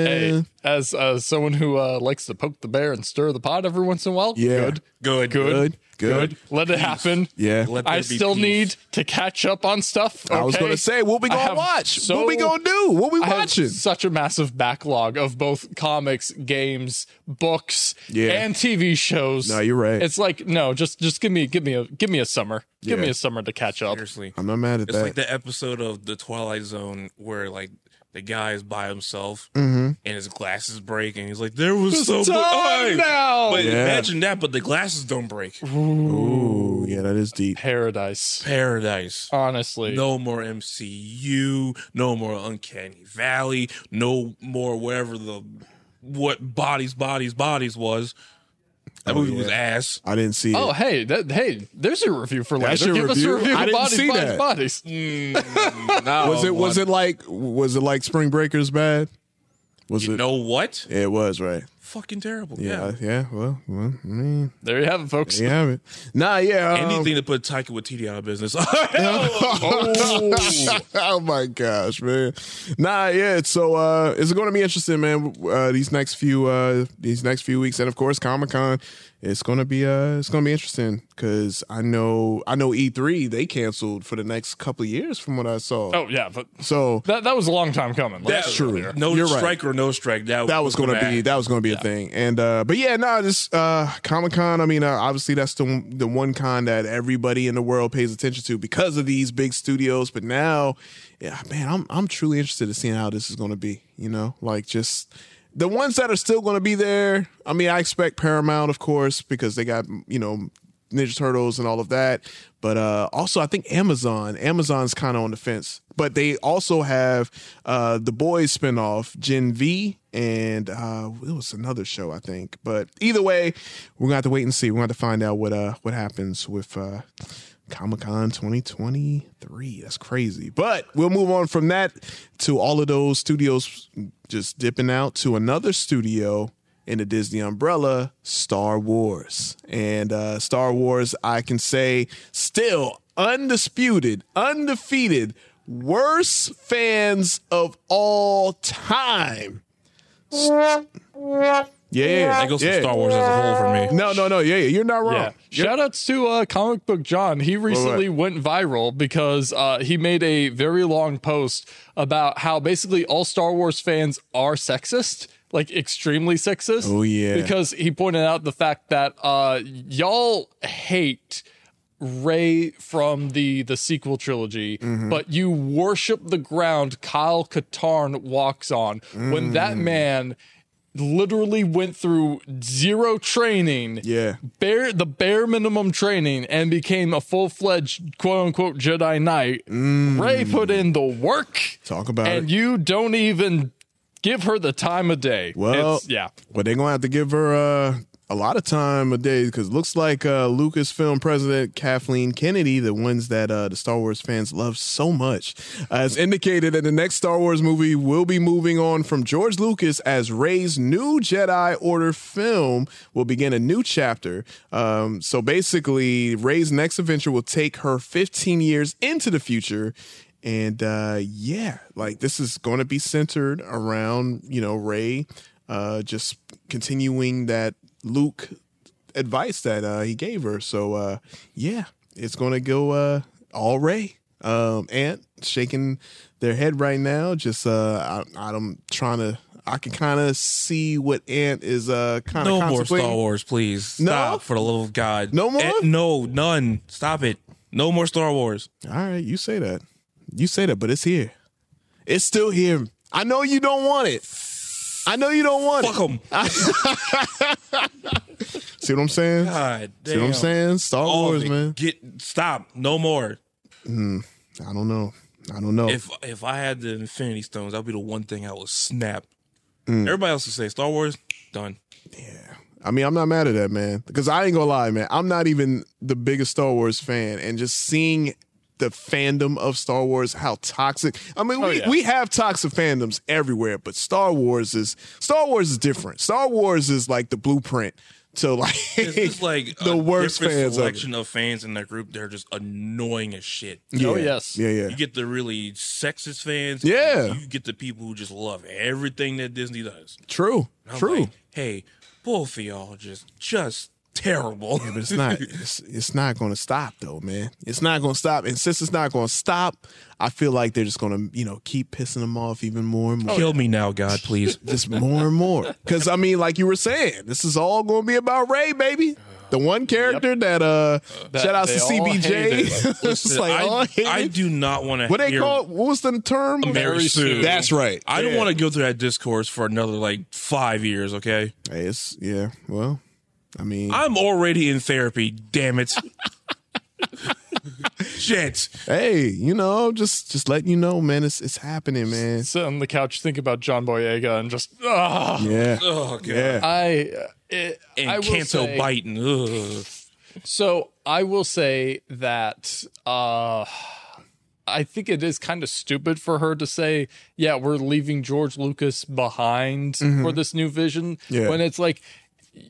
S5: Hey, as uh, someone who uh, likes to poke the bear and stir the pot every once in a while,
S3: Yeah.
S5: good,
S4: Good.
S3: Good. Good.
S5: good. Let it happen.
S3: Yeah.
S4: Let there
S5: I
S4: be
S5: still
S4: peace.
S5: need to catch up on stuff.
S3: I was
S5: okay?
S3: gonna say, what we
S5: I
S3: gonna
S5: have
S3: watch?
S5: so-
S3: what we gonna do? What we
S5: I have
S3: watching?
S5: such a massive backlog of both comics, games, books,
S3: Yeah.
S5: and TV shows.
S3: No, you're right.
S5: It's like no, just just give me give me a give me a summer. Give me a summer to catch up.
S4: Seriously,
S3: I'm not mad at
S4: it's
S3: that.
S4: like the episode of The Twilight Zone where like. The guy is by himself,
S3: Mm-hmm.
S4: and his glasses break, and he's like, "There was so much
S5: Time now.
S4: But
S3: Yeah.
S4: imagine that, but the glasses don't break.
S3: Ooh, yeah, that is deep.
S5: Paradise.
S4: Paradise.
S5: Honestly.
S4: No more MCU. No more Uncanny Valley. No more wherever the what bodies, bodies, bodies was. That
S3: Oh,
S4: movie was ass.
S3: I didn't see
S5: Oh
S3: it.
S5: hey, that, hey! There's your review for
S3: That's
S5: later.
S3: your
S5: Give
S3: review?
S5: us a review.
S3: I
S5: of
S3: didn't
S5: bodies,
S3: see
S5: bodies,
S3: that.
S5: bodies.
S4: Mm,
S3: Was it was it like was it like Spring Breakers bad? Was
S4: You
S3: it?
S4: know what?
S3: It was right.
S4: Fucking terrible.
S3: Yeah,
S4: Yeah.
S3: yeah. well, well, I mean,
S5: There you have it, folks.
S3: you have it. Nah, yeah. um,
S4: Anything to put Taika Waititi out of business.
S3: oh my gosh, man. Nah, yeah. it's- So uh it's gonna be interesting, man. Uh these next few uh these next few weeks and of course Comic Con. It's gonna be uh it's gonna be interesting because I know I know E three they canceled for the next couple of years from what I saw.
S5: Oh yeah, but
S3: So
S5: that that was a long time coming. Like,
S4: That's
S3: true.
S4: No
S3: You're right.
S4: strike or no strike. That,
S3: that was gonna be that was gonna be a thing. And uh but yeah, no, just uh Comic Con, I mean, uh, obviously that's the the one con that everybody in the world pays attention to because of these big studios, but now yeah, man, I'm I'm truly interested in seeing how this is gonna be, you know? Like just the ones that are still gonna be there, I mean, I expect Paramount, of course, because they got, you know, Ninja Turtles and all of that. But uh, also, I think Amazon. Amazon's kind of on the fence, but they also have uh, the Boys spinoff, Gen V, and uh, it was another show, I think. But either way, we're gonna have to wait and see. We're gonna have to find out what uh, what happens with. Uh, Comic Con 2023. That's crazy. But we'll move on from that to all of those studios just dipping out to another studio in the Disney umbrella, Star Wars. And uh, Star Wars, I can say, still undisputed, undefeated, worst fans of all time. Yeah,
S4: That goes
S3: yeah.
S4: for Star Wars as a whole for me.
S3: No, no, no. Yeah, yeah, you're not wrong.
S5: Yeah. Shout outs to uh, Comic Book John. He recently went viral because uh, he made a very long post about how basically all Star Wars fans are sexist, like extremely sexist.
S3: Oh, yeah.
S5: Because he pointed out the fact that uh, y'all hate Ray from the the sequel trilogy,
S3: Mm-hmm.
S5: but you worship the ground Kyle Katarn walks on when that
S3: Mm.
S5: man literally went through zero training
S3: Yeah.
S5: bare the bare minimum training and became a full fledged quote unquote Jedi Knight.
S3: Mm.
S5: Ray put in the work,
S3: Talk about it.
S5: and you don't even give her the time of day.
S3: Well,
S5: It's- yeah,
S3: Well, they're gonna have to give her uh, a lot of time a day because looks like uh, Lucasfilm president Kathleen Kennedy, the ones that uh, the Star Wars fans love so much, has indicated that the next Star Wars movie will be moving on from George Lucas as Ray's new Jedi Order film will begin a new chapter. Um, so basically, Ray's next adventure will take her 15 years into the future. And uh, yeah, like this is going to be centered around, you know, Ray uh, just continuing that Luke advice that uh, he gave her. So uh, yeah, it's gonna go uh, all Ray. Um, Aunt shaking their head right now. Just uh, I, I'm trying to. I can kind of see what Aunt is uh kind of
S4: No more Star Wars, please. Stop,
S3: No?
S4: for the love of God.
S3: No more?
S4: Eh, no, none. Stop it. No more Star Wars.
S3: All right, you say that. You say that, but it's here. It's still here. I know you don't want it. I know you don't want
S4: Fuck
S3: it.
S4: them.
S3: See what I'm saying?
S4: God damn.
S3: See what I'm saying? Star
S4: All of
S3: Wars,
S4: it.
S3: man.
S4: Get stop. No more.
S3: I don't know. I don't know.
S4: If if I had the Infinity Stones, that'd be the one thing I would snap.
S3: Mm.
S4: Everybody else would say Star Wars done.
S3: I mean, I'm not mad at that, man. Because I ain't gonna lie, man. I'm not even the biggest Star Wars fan, and just seeing the fandom of Star Wars, how toxic. I
S4: Oh,
S3: mean, we,
S5: yeah.
S3: we have toxic fandoms everywhere, but Star Wars is Star Wars is different. Star Wars is like the blueprint to like,
S4: It's just like
S3: the
S4: a
S3: worst
S4: different
S3: fans of it.
S4: selection of, fans in that group. They're just annoying as shit.
S5: Oh, yes.
S3: yeah, yeah.
S4: You get the really sexist fans.
S3: Yeah.
S4: You get the people who just love everything that Disney does.
S3: True,
S4: I'm
S3: true.
S4: like, hey, both of y'all just just terrible.
S3: Yeah, but it's not. It's, it's not going to stop, though, man. It's not going to stop, and since it's not going to stop, I feel like they're just going to, you know, keep pissing them off even more and more.
S4: Kill me now, God, please.
S3: just more and more. Because I mean, like you were saying, this is all going to be about Ray, baby. The one character that uh,
S5: That
S3: shout out to
S5: they all hated.
S3: CBJ. it's like all
S4: I,
S3: hated.
S4: I do not want to.
S3: what they call what was the term?
S5: Mary Sue.
S3: That's right.
S4: I don't
S3: Yeah.
S4: want to go through that discourse for another like five years. Okay,
S3: Hey, it's yeah. Well, I mean,
S4: I'm already in therapy. Damn it. Shit.
S3: hey, you know, just just letting you know, man. It's it's happening, man.
S5: sit on the couch, think about John Boyega, and just ah,
S3: Yeah,
S4: Oh god.
S3: yeah.
S5: I. uh, it, I
S4: and
S5: will
S4: Kanto
S5: say-
S4: biting. Ugh.
S5: So I will say that uh, I think it is kind of stupid for her to say, "Yeah, we're leaving George Lucas behind for this new vision,"
S3: Mm-hmm. Yeah.
S5: when it's like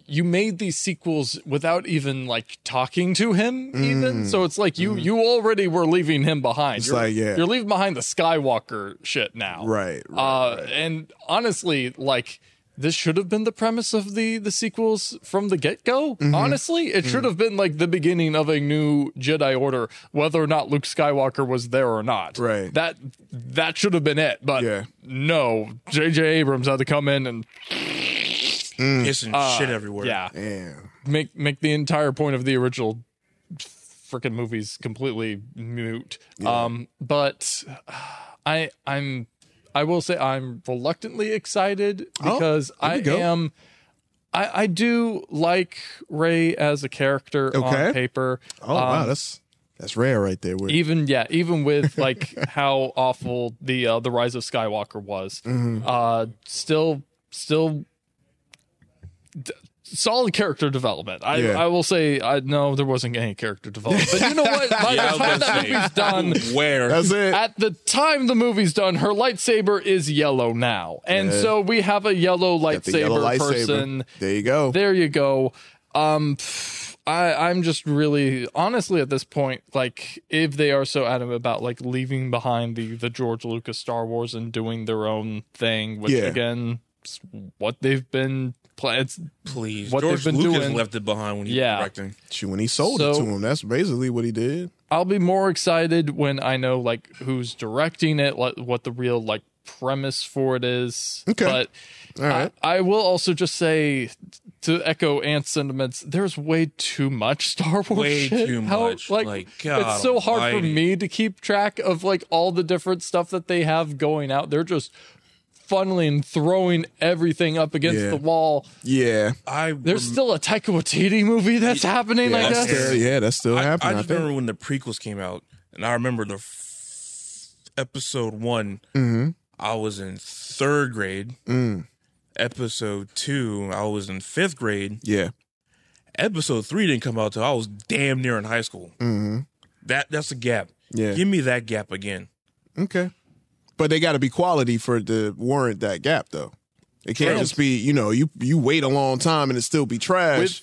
S5: you made these sequels without even like talking to him even so it's like you you already were leaving him behind you're,
S3: Mm. like, yeah.
S5: you're leaving behind the skywalker shit now
S3: Right, right,
S5: uh and honestly like this should have been the premise of the the sequels from the get-go
S3: Mm-hmm.
S5: honestly
S3: Mm.
S5: it should have been like the beginning of a new jedi order whether or not luke skywalker was there or not
S3: Right.
S5: that that should have been it but
S3: Yeah.
S5: no jj abrams had to come in and
S4: Kissing shit everywhere.
S5: Hmm. Uh, yeah
S3: Damn.
S5: make make the entire point of the original freaking movies completely mute. Um, but I I'm I will say I'm reluctantly excited
S3: Oh,
S5: because
S3: there
S5: I
S3: you go.
S5: am I I do like Ray as a character
S3: Okay.
S5: on paper.
S3: Oh wow, that's that's rare right there. Where,
S5: Um, Even yeah, even with like how awful the uh, the Rise of Skywalker was, uh, still still d- solid character development. I,
S3: Yeah.
S5: I will say I no, there wasn't any character development. But you know what? By
S4: Yeah, I
S5: the
S4: was gonna
S5: time that
S4: say.
S5: movie's done,
S4: Where?
S3: that's it.
S5: at the time the movie's done, her lightsaber is yellow now, and
S3: Yeah.
S5: so we have a yellow
S3: Got
S5: lightsaber,
S3: the yellow
S5: person.
S3: There you go.
S5: There you go. Um, pff, I I'm just really honestly at this point, like if they are so adamant about like leaving behind the the George Lucas Star Wars and doing their own thing, which
S3: Yeah.
S5: again, is what they've been playing.
S4: Please.
S5: What
S4: George
S5: they've been
S4: Lucas
S5: doing-
S4: left it behind when he
S5: Yeah.
S4: was directing.
S3: Shoot, when he sold it
S5: So-
S3: to him, that's basically what he did.
S5: I'll be more excited when I know like who's directing it, like, what the real like premise for it is.
S3: Okay.
S5: But
S3: All right.
S5: I, I will also just say to echo Ant's sentiments, there's way too much Star Wars.
S4: Way
S5: shit.
S4: too
S5: How,
S4: much.
S5: Like,
S4: Like, God
S5: it's so hard for
S4: almighty.
S5: me to keep track of like all the different stuff that they have going out. They're just funneling, throwing everything up against
S3: Yeah.
S5: the wall.
S3: yeah.
S4: I
S5: There's
S4: rem-
S5: still a Taika Waititi movie that's happening. I
S3: That's
S5: guess.
S3: still, yeah, that's still
S4: I, I
S3: happening. I
S4: just
S3: think.
S4: remember when the prequels came out, and I remember the f- episode one.
S5: Mm-hmm.
S4: I was in third grade.
S5: Mm.
S4: Episode two, I was in fifth grade.
S3: yeah.
S4: Episode three didn't come out till I was damn near in high school. That that's a gap.
S3: Mm-hmm. Yeah.
S4: give me that gap again.
S3: Okay. But they got to be quality for it to warrant that gap, though. It can't
S4: True.
S3: just be you know you you wait a long time and it still be trash.
S5: With-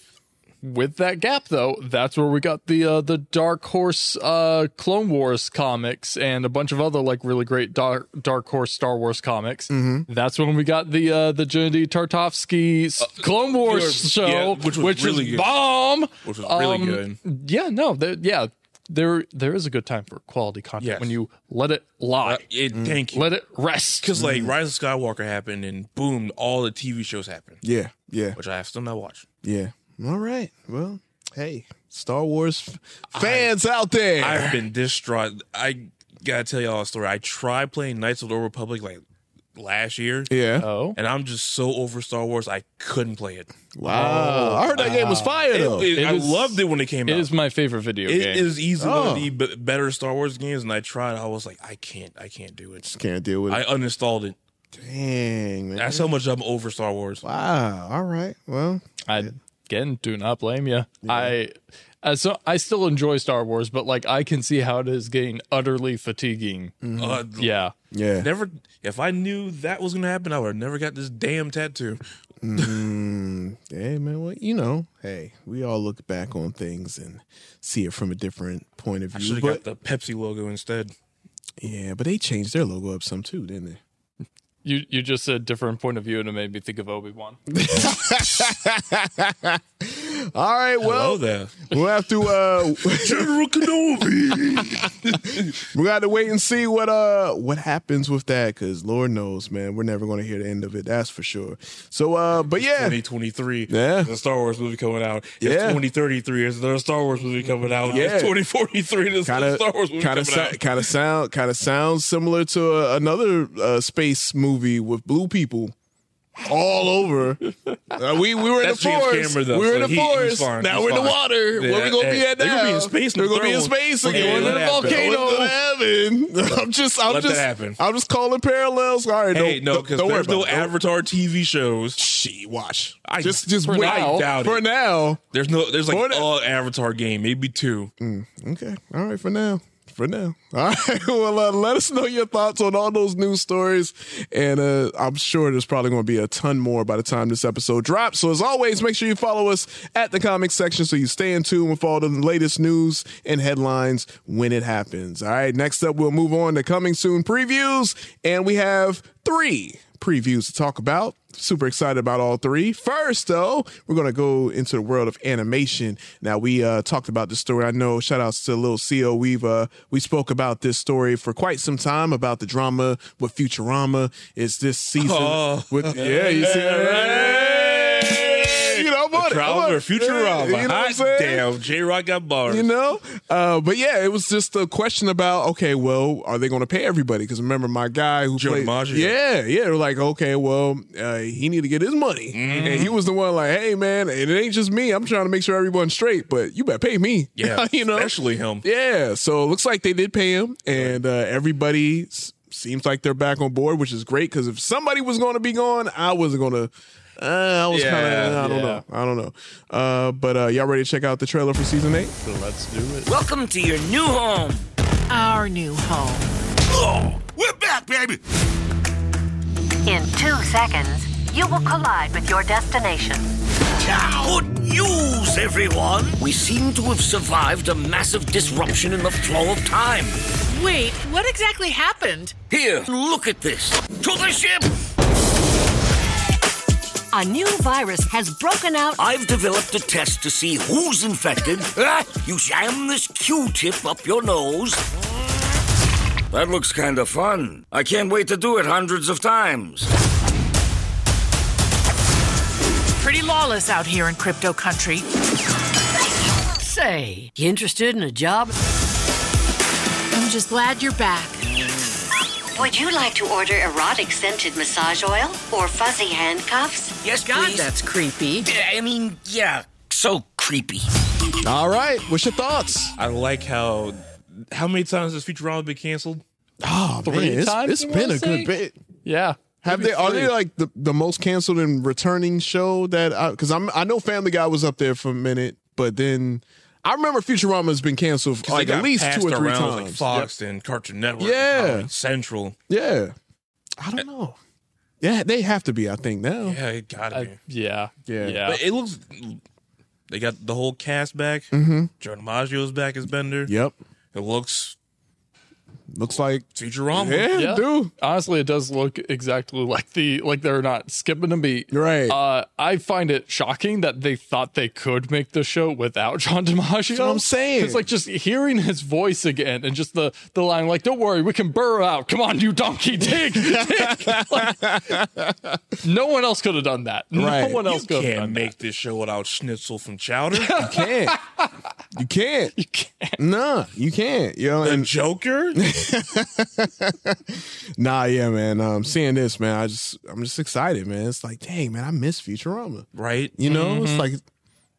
S5: with that gap though that's where we got the uh, the dark horse uh clone wars comics and a bunch of other like really great dark dark horse star wars comics
S3: Mm-hmm.
S5: that's when we got the uh the Genndy tartovsky s- clone wars show
S4: Uh, yeah,
S5: which,
S4: which was really
S5: is
S4: good.
S5: bomb
S4: Which was really
S5: Um,
S4: good.
S5: yeah no there, yeah there there is a good time for quality content
S4: Yes.
S5: when you let it lie
S4: It,
S3: Mm.
S4: Thank you.
S5: let it rest
S4: Because like Rise of Skywalker happened, and boom, all the TV shows happened,
S3: yeah, yeah,
S4: which I have still not watched.
S3: yeah. All right. Well, hey, Star Wars f- fans out there.
S4: I've been distraught. I gotta tell y'all a story. I tried playing Knights of the Old Republic like last year,
S3: yeah.
S5: oh
S4: and I'm just so over Star Wars. I couldn't play it.
S3: wow. Uh, I heard that game was fire
S4: It-
S3: though.
S4: it-
S5: Uh, It
S4: I
S5: is-
S4: loved it when it came
S5: it
S4: out.
S5: is my favorite video
S4: It
S5: game
S4: is easily one
S3: Oh.
S4: of the b- better Star Wars games, and I tried. I was like, I can't, I can't do it.
S3: Can't deal with it.
S4: I uninstalled it.
S3: Dang man.
S4: That's how much I'm over Star Wars.
S3: wow. All right. Well.
S5: I again do not blame you. I as so I still enjoy Star Wars, but like I can see how it is getting utterly fatiguing.
S4: Uh,
S5: Yeah.
S3: Yeah.
S4: Never. If I knew that was gonna happen, I would have never got this damn tattoo.
S3: Mm, Hey man, well, you know, hey, we all look back on things and see it from a different point of
S4: I
S3: view.
S4: should
S3: But,
S4: have got the Pepsi logo instead.
S3: yeah, but they changed their logo up some too, didn't they?
S5: You you just said different point of view and it made me think of Obi Wan.
S3: All right,
S4: Hello
S3: well,
S4: there,
S3: we'll have to uh
S4: General Kenobi.
S3: we got to wait and see what uh what happens with that cuz Lord knows, man, we're never going to hear the end of it, that's for sure. So uh but yeah,
S4: 2023.
S3: Yeah.
S4: There's a Star Wars movie coming out. It's
S3: Yeah.
S4: 2033. There's another Star Wars movie coming out.
S3: Yeah.
S4: It's 2043. There's
S3: kind
S4: another
S3: of
S4: Star Wars movie
S3: kind
S4: coming
S3: of
S4: out.
S3: kind of sound kind of sounds similar to uh, another uh, space movie with blue people. all over. Uh, we we were in
S4: That's
S3: the
S4: James
S3: forest.
S4: Cameron, though,
S3: we were in
S4: so
S3: the
S4: he- he's
S3: forest.
S4: fine,
S3: Now
S4: he's
S3: we're in the
S4: fine.
S3: water. Where
S4: Yeah,
S3: we gonna be
S4: hey,
S3: at now?
S4: they're gonna be in space when
S3: We're
S4: the
S3: gonna be in
S4: throne-
S3: space
S4: Okay,
S3: again.
S4: let
S3: We're in a
S4: that happen.
S3: volcano. heaven. I'm just. I'm
S4: Let that
S3: just.
S4: happen.
S3: I'm just calling parallels. All right.
S4: Hey, no,
S3: don't,
S4: because
S3: don't worry
S4: there's no
S3: about it. Don't-
S4: Avatar TV shows.
S3: She watch.
S4: I-
S3: just just
S5: for
S3: wait
S5: now.
S4: I doubt
S3: for
S4: it.
S3: now.
S4: There's no. There's like
S3: For
S4: an
S3: now.
S4: Avatar game, maybe two.
S3: Okay. All right. For now. For now. All right. Well, uh, let us know your thoughts on all those news stories. And uh, I'm sure there's probably going to be a ton more by the time this episode drops. So, as always, make sure you follow us at the comic section so you stay in tune with all the latest news and headlines when it happens. All right. Next up, we'll move on to coming soon previews. And we have three previews to talk about. Super excited about all three. First, though, we're going to go into the world of animation. Now, we uh, talked about this story. I know, shout outs to Lil CO. We've, uh, we spoke about this story for quite some time about the drama with Futurama. It's this season.
S4: Oh.
S3: With, yeah, you see that? Hey! You know, I'm on it. I'm on
S4: Crowder,
S3: it.
S4: Futurama.
S3: You know what I'm
S4: Hot
S3: saying?
S4: damn, J Rock got bars.
S3: you know uh but yeah it was just a question about okay well are they going to pay everybody because remember my guy who
S4: Joe
S3: played
S4: DiMaggio.
S3: yeah yeah they're like okay well uh, he need to get his money
S4: Mm-hmm.
S3: and he was the one like hey man and it ain't just me i'm trying to make sure everyone's straight but you better pay me
S4: yeah,
S3: you know
S4: especially him.
S3: yeah, so it looks like they did pay him, and uh, everybody s- seems like they're back on board, which is great. Because if somebody was going to be gone, I wasn't going to. Uh, I was
S4: Yeah,
S3: kind of. I don't
S5: yeah.
S3: know. I don't know. Uh, but uh, y'all ready to check out the trailer for season eight?
S6: Welcome to your new home.
S7: Our new home.
S2: Oh, we're back, baby.
S8: In two seconds, you will collide with your destination.
S6: Good news, everyone! We seem to have survived a massive disruption in the flow of time.
S7: Wait, what exactly happened?
S6: Here, look at this. To the ship!
S8: A new virus has broken out.
S6: I've developed a test to see who's infected. Ah, you jam this Q-tip up your nose. That looks kind of fun. I can't wait to do it hundreds of times.
S7: Pretty lawless out here in crypto country.
S8: Say, you interested in a job?
S7: I'm just glad you're back.
S8: Would you like to order erotic scented massage oil or fuzzy handcuffs?
S6: Yes,
S7: God,
S6: please.
S7: that's creepy.
S6: I mean, yeah, so creepy.
S3: All right. What's your thoughts?
S4: I like how. How many times has Futurama been canceled?
S3: Oh man, it's-
S5: times,
S3: it's
S5: you
S3: been
S5: wanna
S3: a
S5: say?
S3: good bit.
S5: Yeah.
S3: Have they? Are they like the, the most canceled and returning show that? Because I'm I know Family Guy was up there for a minute, but then I remember Futurama has been canceled
S4: 'Cause they
S3: like
S4: got
S3: at least
S4: passed
S3: two or three
S4: around
S3: times.
S4: Like Fox and Cartoon Network. and
S3: Yeah.
S4: Comedy Central.
S3: Yeah. I don't know. Yeah, they have to be, I think, now.
S4: Yeah, it gotta be.
S5: I- yeah.
S3: Yeah.
S5: Yeah.
S4: But it looks. They got the whole cast back.
S3: Mm-hmm.
S4: Joe DiMaggio's back as Bender.
S3: Yep.
S4: It looks
S3: Looks like
S4: Futurama.
S3: Yeah,
S5: Yeah.
S3: dude.
S5: Honestly, it does look exactly like the like they're not skipping a beat.
S3: Right.
S5: Uh, I find it shocking that they thought they could make the show without John DiMaggio.
S3: what I'm saying.
S5: It's like just hearing his voice again and just the the line like, "Don't worry, we can burrow out. Come on, you donkey, dig." dig." Like, no one else could have done that.
S3: Right.
S5: No one else
S4: You
S5: could have
S4: can't
S5: done
S4: make this show without Schnitzel from Chowder.
S3: You can't. you can't. You can't. Nah, you can't. You know,
S4: the
S3: and
S4: Joker.
S3: nah, yeah, man. Um, seeing this, man, I just I'm just excited, man. It's like, dang, man, I miss Futurama.
S4: right?
S3: You know, it's like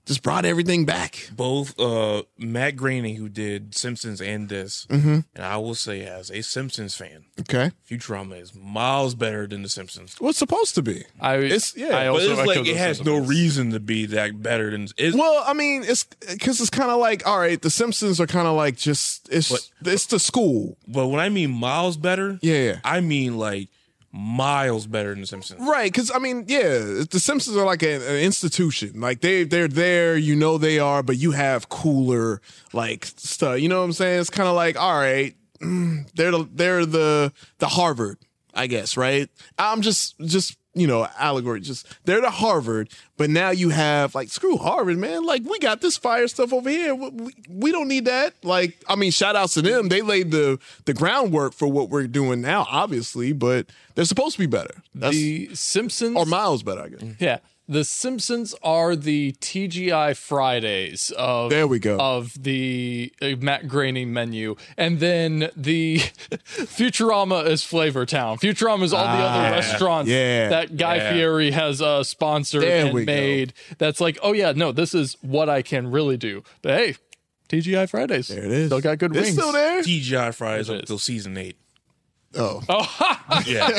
S3: just brought everything back.
S4: Both uh, Matt Groening, who did Simpsons and this,
S3: Mm-hmm.
S4: and I will say, as a Simpsons fan,
S3: Okay.
S4: Futurama is miles better than the Simpsons.
S3: Well, it's supposed to be.
S5: that. I
S3: It's- yeah,
S5: I
S3: but
S4: But
S5: also
S4: it's
S5: echo
S4: like it
S5: those
S4: has no
S5: sentiments.
S4: reason to be that better than it's,
S3: Well, I mean, it's because it's kind of like, all right, the Simpsons are kind of like just it's it's the school,
S4: But when I mean miles better,
S3: Yeah.
S4: I mean like miles better than the Simpsons.
S3: Right, because I mean, yeah, the Simpsons are like an, an institution. Like they they're there, you know they are, but you have cooler like stuff. You know what I'm saying? It's kind of like all right, mm, they're the, they're the the Harvard, I guess. Right? I'm just just you know allegory. Just they're the Harvard, but now you have like screw Harvard, man. Like we got this fire stuff over here. We, we, we don't need that. Like I mean, shout outs to them. They laid the the groundwork for what we're doing now, obviously, but they're supposed to be better. That's
S5: The Simpsons
S3: or Oh, miles better, I guess.
S5: Yeah. The Simpsons are the TGI Fridays of
S3: There we go.
S5: of the uh, Matt Graney menu, and then the Futurama is Flavor Town. Futurama is all the other restaurants
S3: Ah, yeah,
S5: that Guy Fieri has uh, sponsored
S3: There we go.
S5: and made. That's like, oh yeah, no, this is what I can really do. But hey, TGI Fridays, there
S3: it is.
S5: Still got good
S3: It's
S5: wings.
S3: still there.
S4: TGI Fridays
S5: It
S4: up
S5: is.
S4: till season eight.
S3: Oh,
S4: Yeah,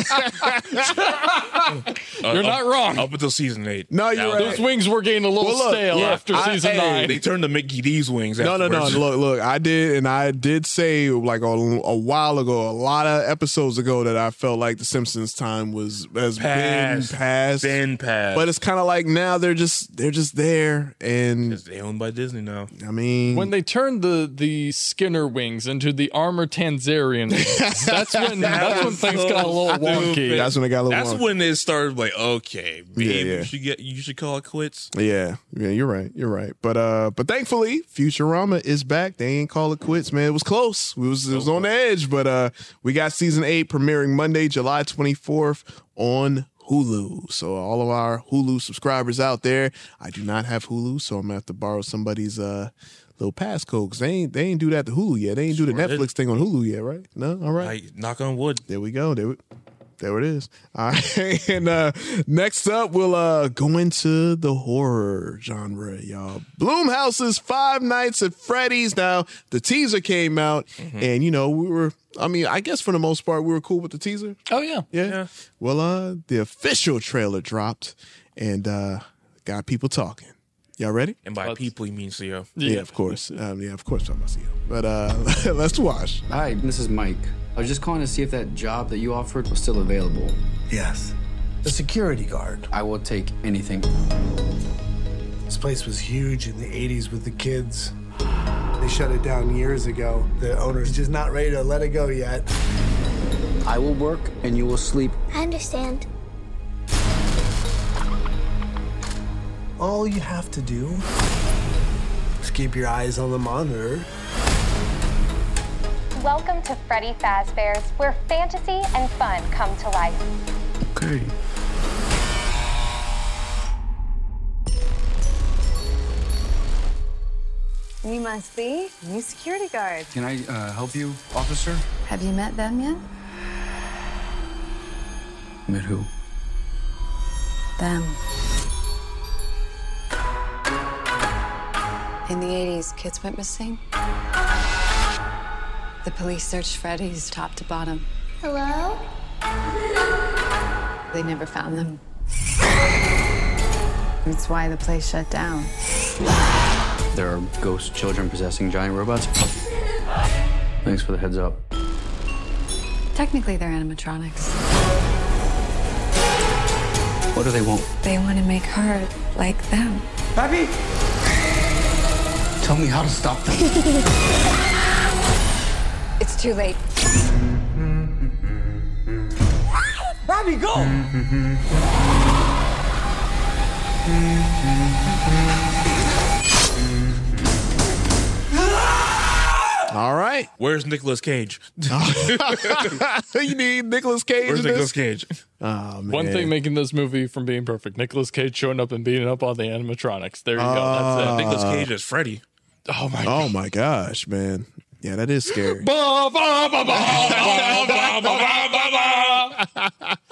S5: You're not wrong.
S4: up until season eight.
S3: No, you're
S4: That was-
S3: right.
S5: Those wings were getting a little
S3: Oh, Well, look,
S5: stale
S3: yeah,
S5: after
S3: I-
S5: season
S3: hey,
S5: nine.
S4: They turned to Mickey D's wings.
S3: No, no, no.
S4: afterwards.
S3: Look, look. I did, and I did say like a, a while ago, a lot of episodes ago, that I felt like the Simpsons time was has
S4: Past,
S3: been past.
S4: been past.
S3: But it's kind of like now they're just they're just there, and
S4: they owned by Disney now.
S3: I mean,
S5: when they turned the the Skinner wings into the armor Tanzarian wings, that's when that's when things got a little wonky.
S3: that's when it got a little.
S4: That's
S3: wonky.
S4: when it started. Like, okay, maybe
S3: yeah.
S4: you should get you should call it quits.
S3: Yeah, yeah, you're right, you're right. But uh, but thankfully, Futurama is back. They ain't call it quits, man. It was close. We was it was on the edge, but uh, we got season eight premiering Monday, July 24th on Hulu. So all of our Hulu subscribers out there, I do not have Hulu, so I'm gonna have to borrow somebody's uh little passcode because they ain't they ain't do that to Hulu yet. They ain't do the
S4: didn't.
S3: Netflix thing on Hulu yet, right? No, all right.
S4: Like, knock on wood.
S3: There we go. There, we- there it is. All right. And uh, next up, we'll uh, go into the horror genre, y'all. Bloomhouse's Five Nights at Freddy's. Now, the teaser came out, and, you know, we were, I mean, I guess for the most part, we were cool with the teaser.
S5: Oh yeah.
S3: Yeah. Well, uh, the official trailer dropped and uh, got people talking. Y'all ready?
S4: And by people, he means CEO.
S3: Yeah, of course. Um, yeah, of course. I'm gonna see you. But uh, let's watch.
S9: Hi, this is Mike. I was just calling to see if that job that you offered was still available.
S10: Yes. The security guard.
S9: I will take anything.
S10: This place was huge in the 80s with the kids. They shut it down years ago. The owner's just not ready to let it go yet.
S9: I will work and you will sleep.
S11: I understand.
S10: All you have to do is keep your eyes on the monitor.
S11: Welcome to Freddy Fazbear's, where fantasy and fun come to life.
S9: Okay.
S11: You must be new security guard.
S9: Can I uh, help you, officer?
S11: Have you met them yet?
S9: Met who?
S11: Them. In the 80s, kids went missing. The police searched Freddy's top to bottom. Hello? They never found them. It's why the place shut down.
S9: There are ghost children possessing giant robots. Thanks for the heads up.
S11: Technically, they're animatronics.
S9: What do they want?
S11: They want to make her like them.
S9: Happy? Tell me how to stop them.
S11: It's too late.
S10: Abby, go!
S3: All right.
S4: Where's Nicolas Cage?
S3: you need Nicolas Cage.
S4: Where's
S3: in this?
S4: Nicolas Cage?
S3: Oh, man.
S5: One thing making this movie from being perfect: Nicolas Cage showing up and beating up on the animatronics. There you go. That's it.
S3: Uh,
S4: Nicolas Cage as Freddy.
S5: Oh my
S3: Oh my gosh, man. Yeah, that is scary.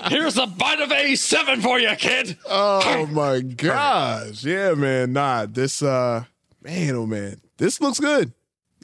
S5: Here's a bite of A7 for you, kid.
S3: oh my gosh. Yeah, man. Nah, this uh man, oh man. This looks good.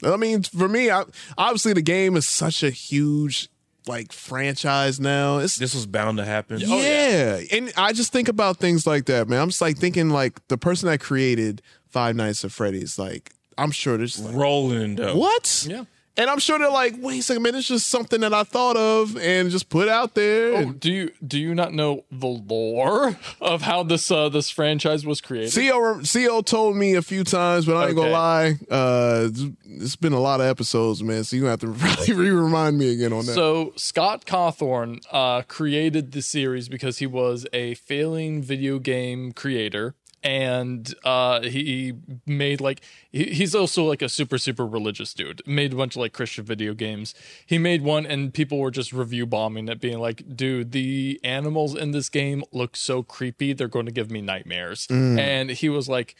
S3: I mean, for me, I, obviously the game is such a huge like franchise now. It's
S4: This was bound to happen.
S5: Oh,
S4: Oh,
S3: yeah. And I just think about things like that, man. I'm just like thinking like the person that created Five Nights at Freddy's, like I'm sure there's like,
S4: Roland. uh,
S3: what?
S5: Yeah.
S3: And I'm sure they're like, wait a second, man, it's just something that I thought of and just put out there.
S5: Oh, do you do you not know the lore of how this uh, this franchise was created?
S3: Co Co told me a few times, but I ain't gonna
S5: Okay.
S3: lie. Uh, it's been a lot of episodes, man. So you gonna have to probably re remind me again on that.
S5: So Scott Cawthorn uh, created the series because he was a failing video game creator, and uh, he made like he, he's also like a super super religious dude. Made a bunch of like Christian video games. He made one, and people were just review bombing it, being like, "Dude, the animals in this game look so creepy. They're going to give me nightmares."
S12: Mm.
S5: And he was like.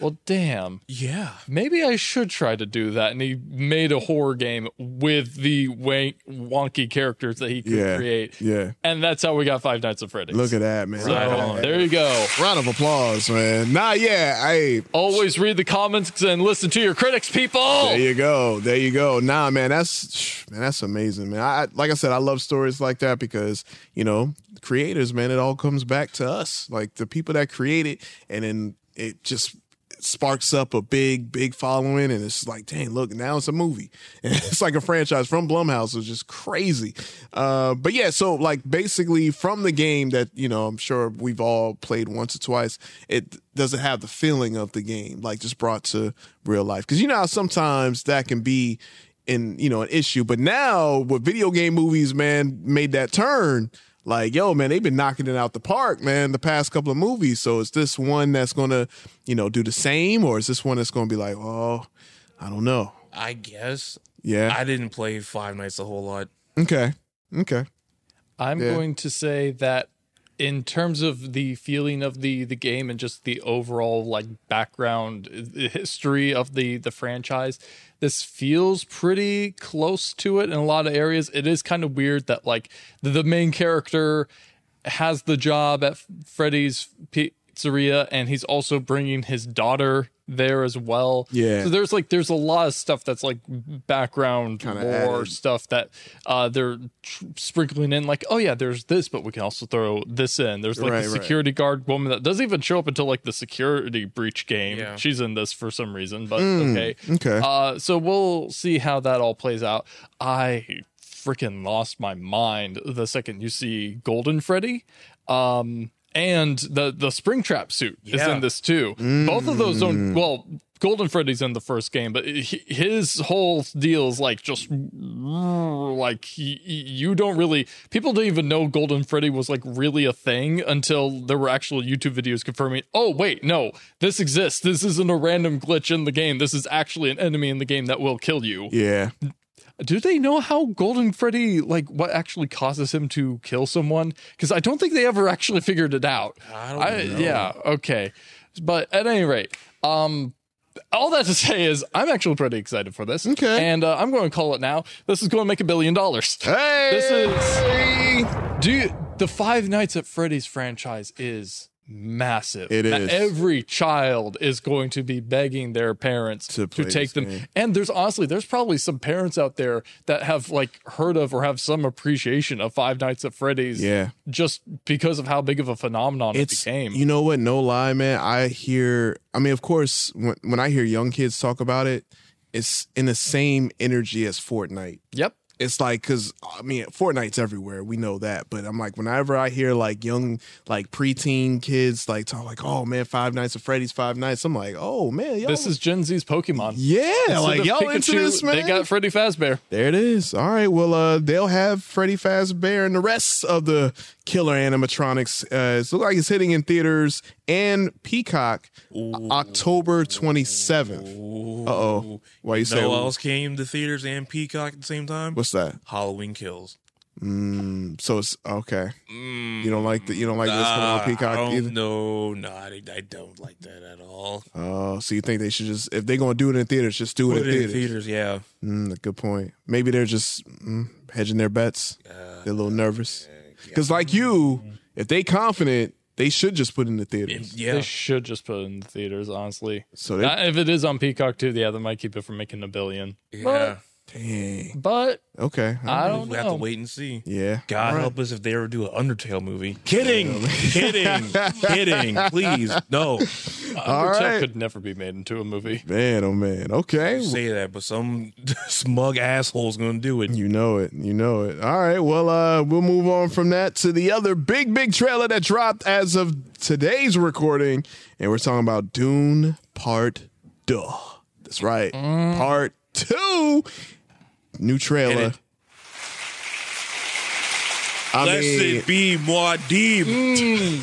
S5: Well, damn.
S4: Yeah.
S5: Maybe I should try to do that. And he made a horror game with the wank- wonky characters that he could
S3: Yeah.
S5: create.
S3: Yeah.
S5: And that's how we got Five Nights at Freddy's.
S3: Look at that, man.
S5: So, There you go.
S3: Round of applause, man. Nah, yeah, I
S5: always read the comments and listen to your critics, people.
S3: There you go. There you go. Nah, man, that's man, that's amazing, man. I I- like I said, I love stories like that because you know, creators, man, it all comes back to us, like the people that create it, and then it just sparks up a big, big following, and it's like, dang, look, now it's a movie, and it's like a franchise from Blumhouse, which is crazy. Uh, but yeah, so like basically from the game that you know, I'm sure we've all played once or twice, it doesn't have the feeling of the game, like just brought to real life. Because you know how sometimes that can be in you know an issue, but now with video game movies, man, made that turn. Like, yo, man, they've been knocking it out the park, man, the past couple of movies. So is this one that's gonna, you know, do the same, or is this one that's gonna be like, oh, I don't know.
S4: I guess.
S3: Yeah.
S4: I didn't play Five Nights a whole lot.
S3: Okay. Okay.
S5: I'm
S4: Yeah.
S5: going to say that in terms of the feeling of the the game and just the overall like background uh, history of the the franchise, this feels pretty close to it in a lot of areas. It is kind of weird that like the, the main character has the job at Freddy's Pizzeria and he's also bringing his daughter there as well.
S3: Yeah.
S5: So there's like there's a lot of stuff that's like background
S3: Kinda
S5: lore
S3: added.
S5: stuff that uh, they're tr- sprinkling in. Like, oh yeah, there's this, but we can also throw this in. There's like
S3: Right,
S5: the
S3: right.
S5: security guard woman that doesn't even show up until like the security breach game.
S4: Yeah.
S5: She's in this for some reason, but
S3: Mm,
S5: okay.
S3: okay.
S5: Uh, so we'll see how that all plays out. I freaking lost my mind the second you see Golden Freddy. Um, and the the Springtrap suit is
S4: Yeah.
S5: in this too. Both of those don't. Well, Golden Freddy's in the first game, but he, his whole deal is like just like he, you don't really. People didn't even know Golden Freddy was like really a thing until there were actual YouTube videos confirming. Oh wait, no, this exists. This isn't a random glitch in the game. This is actually an enemy in the game that will kill you.
S3: Yeah.
S5: Do they know how Golden Freddy like what actually causes him to kill someone? Because I don't think they ever actually figured it out.
S4: I don't know.
S5: Yeah. Okay. But at any rate, um, all that to say is I'm actually pretty excited for this. Okay. And uh, I'm going to call it now. This is going to make a billion dollars.
S3: Hey.
S5: This is. Do you, the Five Nights at Freddy's franchise is massive.
S3: It
S5: Now,
S3: is.
S5: Every child is going to be begging their parents to,
S3: play
S5: take
S3: this
S5: them.
S3: game.
S5: And there's honestly, there's probably some parents out there that have like heard of or have some appreciation of Five Nights at Freddy's.
S3: Yeah.
S5: Just because of how big of a phenomenon
S3: It's-
S5: it became.
S3: You know what? No lie, man. I hear. I mean, of course, when when I hear young kids talk about it, it's in the same energy as Fortnite.
S5: Yep.
S3: It's like because I mean, Fortnite's everywhere. We know that, but I'm like, whenever I hear like young, like preteen kids like talk like, "Oh man, Five Nights at Freddy's, Five Nights," I'm like, "Oh man, y'all,
S5: This is Gen Z's Pokemon.
S3: yeah,
S5: Instead
S3: like
S5: of
S3: y'all into
S5: Pikachu,
S3: this, man."
S5: They got Freddy Fazbear.
S3: There it is. All right. Well, uh, they'll have Freddy Fazbear and the rest of the killer animatronics. Uh, it's look like it's hitting in theaters and Peacock O- October 27th. Uh oh. Why you
S4: You
S3: say?
S4: know what else came to theaters and Peacock at the same time?
S3: What's that?
S4: Halloween Kills.
S3: Mm, so it's okay. You don't like the you don't like what's going on
S4: Ah,
S3: with Peacock
S4: I don't
S3: either.
S4: know. No, I, I don't like that at all.
S3: Oh, so you think they should just if they're gonna do it in theaters, just do it
S4: Put
S3: in
S4: it in
S3: theaters?
S4: theaters, yeah.
S3: Mm, good point. Maybe they're just mm, hedging their bets. they're a little nervous. Because, like you, if they confident, they should just put it in the theaters.
S5: They should just put it in the theaters, honestly.
S3: So they-
S5: Not- if it is on Peacock too, yeah, that might keep it from making a billion.
S4: Yeah.
S3: Dang.
S5: But,
S3: Okay.
S5: but I don't
S4: we
S5: know.
S4: have to wait and see.
S3: Yeah.
S4: God
S3: All right.
S4: help us if they ever do an Undertale movie. Kidding, kidding, kidding. Please, no.
S5: All
S3: right.
S5: could never be made into a movie.
S3: Man, oh man. Okay.
S4: Say that, but some smug asshole's gonna do it.
S3: You know it. You know it. All right. Well, uh, we'll move on from that to the other big, big trailer that dropped as of today's recording. And we're talking about Dune Part Duh. That's right. Part two. New trailer. I
S4: Blessed
S3: mean- Mm.
S4: be Muad'Dib,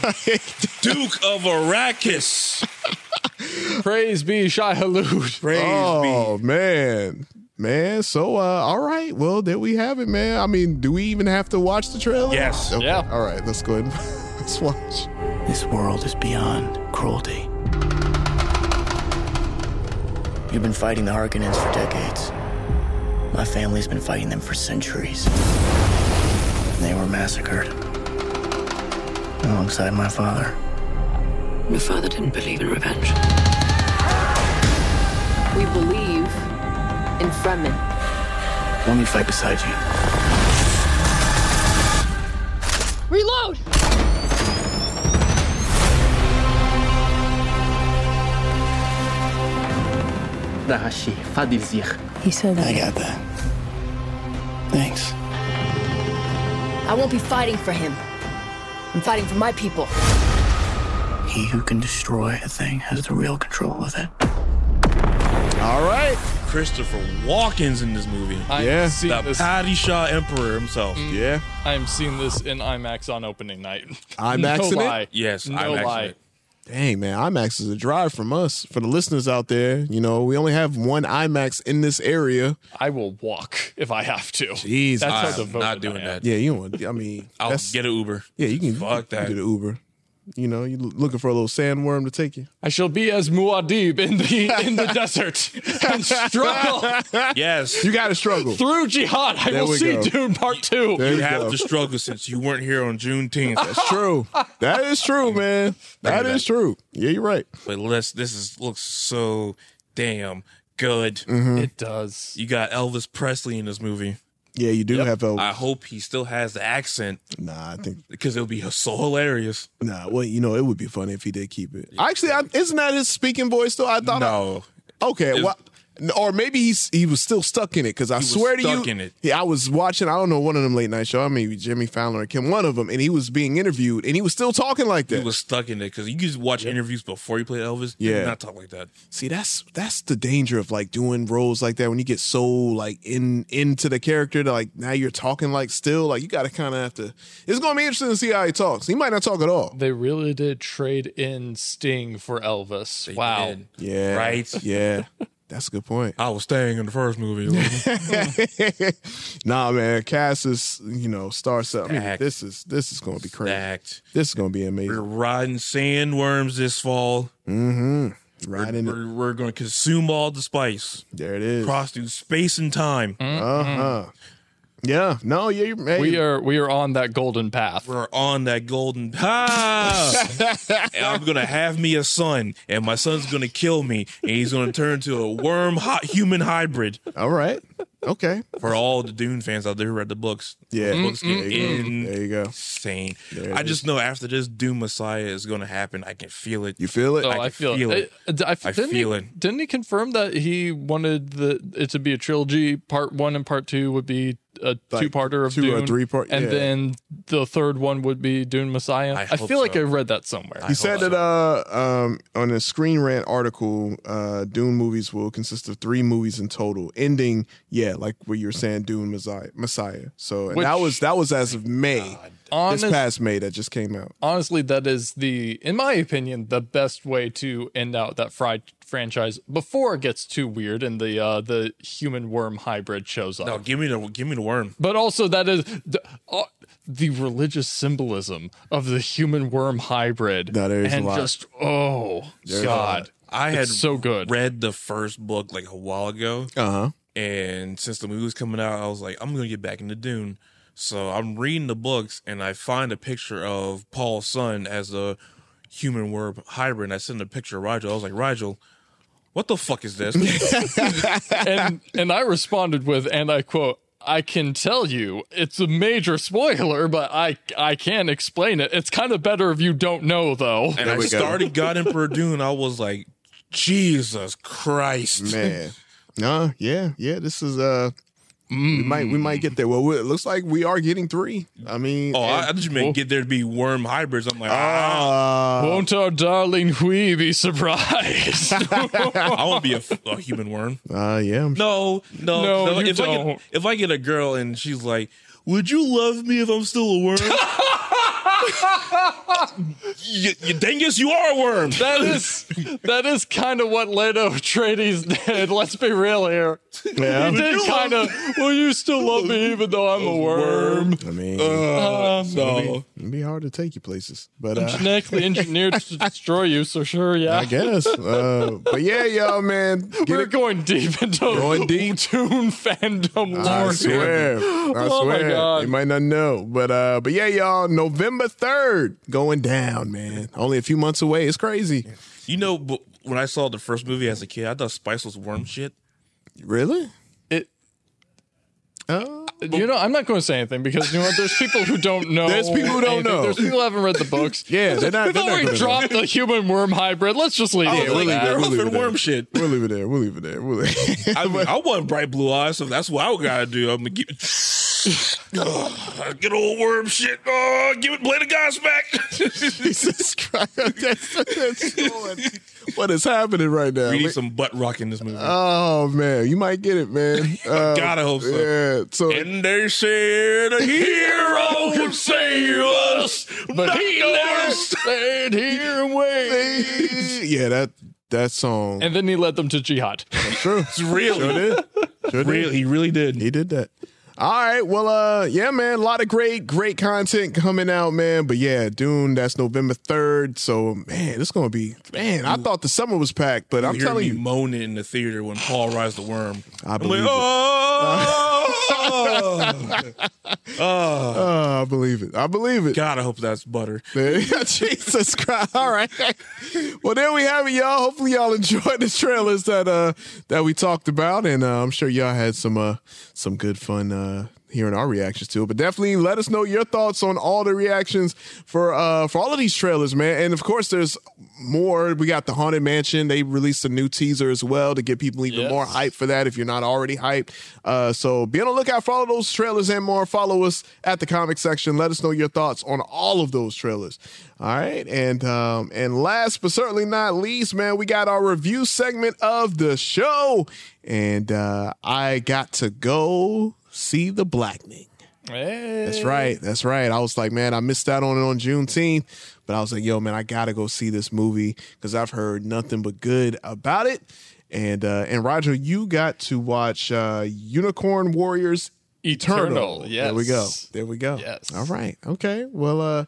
S4: Duke of Arrakis.
S5: Praise be Shai Halud.
S4: Praise
S3: oh man, man. So uh, all right. Well, there we have it, man. I mean, do we even have to watch the trailer?
S4: Yes.
S3: Okay.
S5: Yeah.
S3: All right. Let's go ahead. And let's watch.
S12: This world is beyond cruelty. You've been fighting the Harkonnens for decades. My family's been fighting them for centuries. And they were massacred alongside my father.
S13: Your father didn't believe in revenge.
S14: We believe in Fremen.
S12: Let me fight beside you.
S14: Reload!
S12: Rahashi, Fadilzir.
S14: He said that.
S12: I got that. Thanks.
S14: I won't be fighting for him. I'm fighting for my people.
S12: He who can destroy a thing has the real control of it.
S3: All right.
S4: Christopher Walken's in this movie.
S5: I Yeah. see
S4: the
S5: this. Mm.
S4: Paddy Shaw Emperor himself.
S3: Yeah.
S5: I'm seeing this in IMAX on opening night.
S3: IMAX in
S5: no
S3: it?
S5: lie.
S4: Yes,
S5: no
S4: IMAX in
S5: lie.
S4: it.
S3: Dang man, IMAX is a drive from us. For the listeners out there, you know, we only have one IMAX in this area.
S5: I will walk if I have to.
S3: Jeez,
S5: That's how
S3: I'm
S5: devoted
S4: not doing
S5: I am.
S4: that.
S3: Yeah, you don't. I mean,
S4: I'll
S3: that's-
S4: get an Uber.
S3: yeah, you can
S4: Oh, Fuck
S3: you can
S4: that.
S3: Get an Uber. You know, you looking for a little sandworm to take you.
S5: I shall be as Muad'Dib in the in the desert and struggle
S4: Yes,
S3: You got to struggle.
S5: through jihad. I
S3: There
S5: will
S3: we
S5: see
S3: go.
S5: Dune Part Two.
S3: There
S4: you
S3: we
S4: have
S3: go.
S4: to struggle since you weren't here on Juneteenth.
S3: That's true. that is true, man. That
S4: it
S3: is
S4: back.
S3: true. Yeah, you're right.
S4: But let's. This is looks so damn good.
S3: Mm-hmm. Uh-huh.
S5: It does.
S4: You got Elvis Presley in this movie.
S3: Yeah, you do have a.
S4: I hope he still has the accent
S3: nah, I think
S4: because it'll be so hilarious.
S3: nah. Well, you know, it would be funny if he did keep it. Actually, I, isn't that his speaking voice though? I thought.
S4: No,
S3: okay.
S4: It's-
S3: Well, or maybe he's he was still stuck in it because I
S4: was
S3: swear to
S4: stuck
S3: you,
S4: in it.
S3: Yeah, I was watching. I don't know one of them late night show. I mean, Jimmy Fallon or Kim, one of them, and he was being interviewed, and he was still talking like that.
S4: he was stuck in it because you could watch interviews before you played Elvis. They did
S3: Yeah.
S4: not talk like that.
S3: See, that's that's the danger of like doing roles like that when you get so like in into the character that like now you're talking like still like you got to kind of have to. It's gonna be interesting to see how he talks. He might not talk at all.
S5: They really did trade in Sting for Elvis.
S4: They
S5: wow.
S4: did.
S3: Yeah,
S4: Right.
S3: Yeah, that's a good point.
S4: I was staying in the first movie.
S3: nah, man, Cass is you know star set. I mean,
S4: Stacked.
S3: this is this is gonna be crazy.
S4: Act.
S3: This is gonna be
S4: We're
S3: amazing.
S4: riding sandworms this fall.
S3: Right in it.
S4: We're, we're going to consume all the spice.
S3: There it is. Uh
S4: Cross through space and time.
S3: huh. Yeah. No. Yeah. You're, hey,
S5: We are we are on that golden path.
S4: We're on that golden path. and I'm going to have me a son, and my son's going to kill me, and he's going to turn into a worm hot human hybrid.
S3: All right. Okay.
S4: For all the Dune fans out there who read the books,
S3: Yeah.
S4: the books
S3: There
S4: get
S3: you go. There you go.
S4: insane.
S3: There it
S4: I just know after this, Dune Messiah is going to happen. I can feel it.
S3: You feel it?
S5: Oh,
S4: can
S5: I, feel,
S4: feel
S5: it. I,
S4: I
S5: didn't
S4: feel
S5: he,
S4: it.
S5: Didn't he confirm that he wanted the it to be a trilogy? Part one and part two would be a
S3: Like
S5: two-parter of
S3: two or
S5: Dune,
S3: three-part-
S5: and
S3: yeah.
S5: then the third one would be Dune Messiah.
S4: I
S5: I,
S4: hope
S5: feel like
S4: so.
S5: I read that somewhere.
S3: He said that uh, um, on a Screen Rant article, uh, Dune movies will consist of three movies in total, ending yeah, like what you were saying, Dune Messiah. Messiah. So and that
S5: Which-
S3: was that was as of May,
S5: Honest-
S3: this past May that just came out.
S5: honestly, that is the, in my opinion, the best way to end out that fried franchise before it gets too weird and the uh, the human worm hybrid shows up.
S4: No, give me the give me the worm.
S5: But also, that is the, uh, the religious symbolism of the human worm hybrid.
S3: No, there is a
S5: and
S3: lot.
S5: just oh god,
S4: I
S5: It's
S4: had
S5: so good.
S4: read the first book like a while ago,
S3: Uh huh.
S4: and since the movie was coming out, I was like, I'm gonna get back into Dune. So I'm reading the books, and I find a picture of Paul's son as a human worm hybrid. And I send a picture of Rigel. I was like, Rigel, what the fuck is this?
S5: and and I responded with, and I quote. I can tell you it's a major spoiler, but I I can explain it. It's kind of better if you don't know, though.
S4: and I
S3: we go.
S4: started God Emperor Dune. I was like, Jesus Christ!
S3: Man. Nah, yeah, yeah. This is uh we might we might get there. Well, we- it looks like we are getting three. I mean
S4: Oh, I,
S3: and-
S4: I just meant get there to be worm hybrids. I'm like, ah,
S3: Ah.
S5: Won't our darling Hui be surprised?
S4: I want to be a f- a human worm.
S3: Uh, yeah.
S4: No, no,
S5: No,
S4: no.
S5: you
S4: if I
S5: don't.
S4: get if I get a girl and she's like, Would you love me if I'm still a worm? you, you dingus, you are a worm.
S5: That is that is kind of what Leto Atreides did. Let's be real here.
S3: Yeah.
S5: He did kind of. Will you still love me even though I'm a worm?
S3: I mean,
S4: Oh.
S5: Uh,
S3: it'd, be, it'd be hard to take you places, but
S5: I'm
S3: uh,
S5: genetically engineered to destroy you, so sure, yeah.
S3: I guess. Uh, but yeah, y'all, man, get
S5: We're
S3: it-
S5: going deep into
S3: Going deep.
S5: Toon fandom lore.
S3: I
S5: here.
S3: swear, I
S5: oh
S3: swear,
S5: my god.
S3: you might not know, but uh, but yeah, y'all, November third, going down, man. Only a few months away. It's crazy.
S4: You know, but when I saw the first movie as a kid, I thought Spice was worm shit.
S3: Really?
S5: It.
S3: Oh.
S5: You know, I'm not going to say anything because you know what? There's people who don't know.
S3: There's people who don't
S5: anything.
S3: know.
S5: There's people who haven't read the books.
S3: Yeah, they're not.
S5: We've
S3: they're not
S5: already
S3: gonna know. Oh,
S5: dropped the human worm hybrid. Let's just leave
S3: Yeah,
S5: it. at
S3: we'll leave
S5: that.
S3: it. We'll leave
S4: They're
S3: it. there.
S4: worm shit.
S3: We'll leave it there. We'll leave it there. We'll leave it.
S4: I mean, I want bright blue eyes, so that's what I gotta do. I'm gonna give Ugh, good old worm shit. Oh, give it, play the guys back.
S3: Jesus Christ, that's, that's Lord. what is happening right now?
S4: We need
S3: We-
S4: some butt rock in this movie.
S3: Oh man, you might get it, man. Uh,
S4: God, I hope so.
S3: Yeah. So
S4: and they said a hero would save us,
S5: But he never stayed here and waited.
S3: yeah, that that song.
S5: And then he led them to jihad.
S3: True. It's
S4: real.
S3: Sure did. Sure did.
S4: Real- he really did.
S3: He did that. All right. Well, uh, yeah, man. A lot of great, great content coming out, man. But yeah, Dune, that's November 3rd. So, man, it's going to be, man, I thought the summer was packed, but I'm
S4: You hear
S3: telling
S4: me
S3: you.
S4: moaning in the theater when Paul rides the worm.
S3: I
S4: I'm
S3: believe
S4: like,
S3: it.
S4: oh, oh.
S3: Oh, I believe it. I believe it.
S4: God, I hope that's butter.
S3: Man, Jesus Christ. All right. Well, there we have it, y'all. Hopefully y'all enjoyed the trailers that uh that we talked about. And uh, I'm sure y'all had some uh some good fun uh hearing our reactions to it. But definitely let us know your thoughts on all the reactions for uh for all of these trailers, man. And of course there's more. We got the Haunted Mansion. They released a new teaser as well to get people even
S5: Yes.
S3: more hyped for that if you're not already hyped. Uh, so be on the lookout for all those trailers and more. Follow us at the comic section. Let us know your thoughts on all of those trailers. All right, and um, and last but certainly not least, man, we got our review segment of the show, and uh, I got to go see the Blackening. That's right. That's right. I was like, man, I missed out on it on Juneteenth, but I was like, yo, man, I gotta go see this movie because I've heard nothing but good about it. And uh, and Roger, you got to watch uh, Unicorn Warriors Eternal.
S5: Eternal,
S3: There we go.
S5: yes.
S3: There we go.
S5: Yes.
S3: All right. Okay. Well, uh,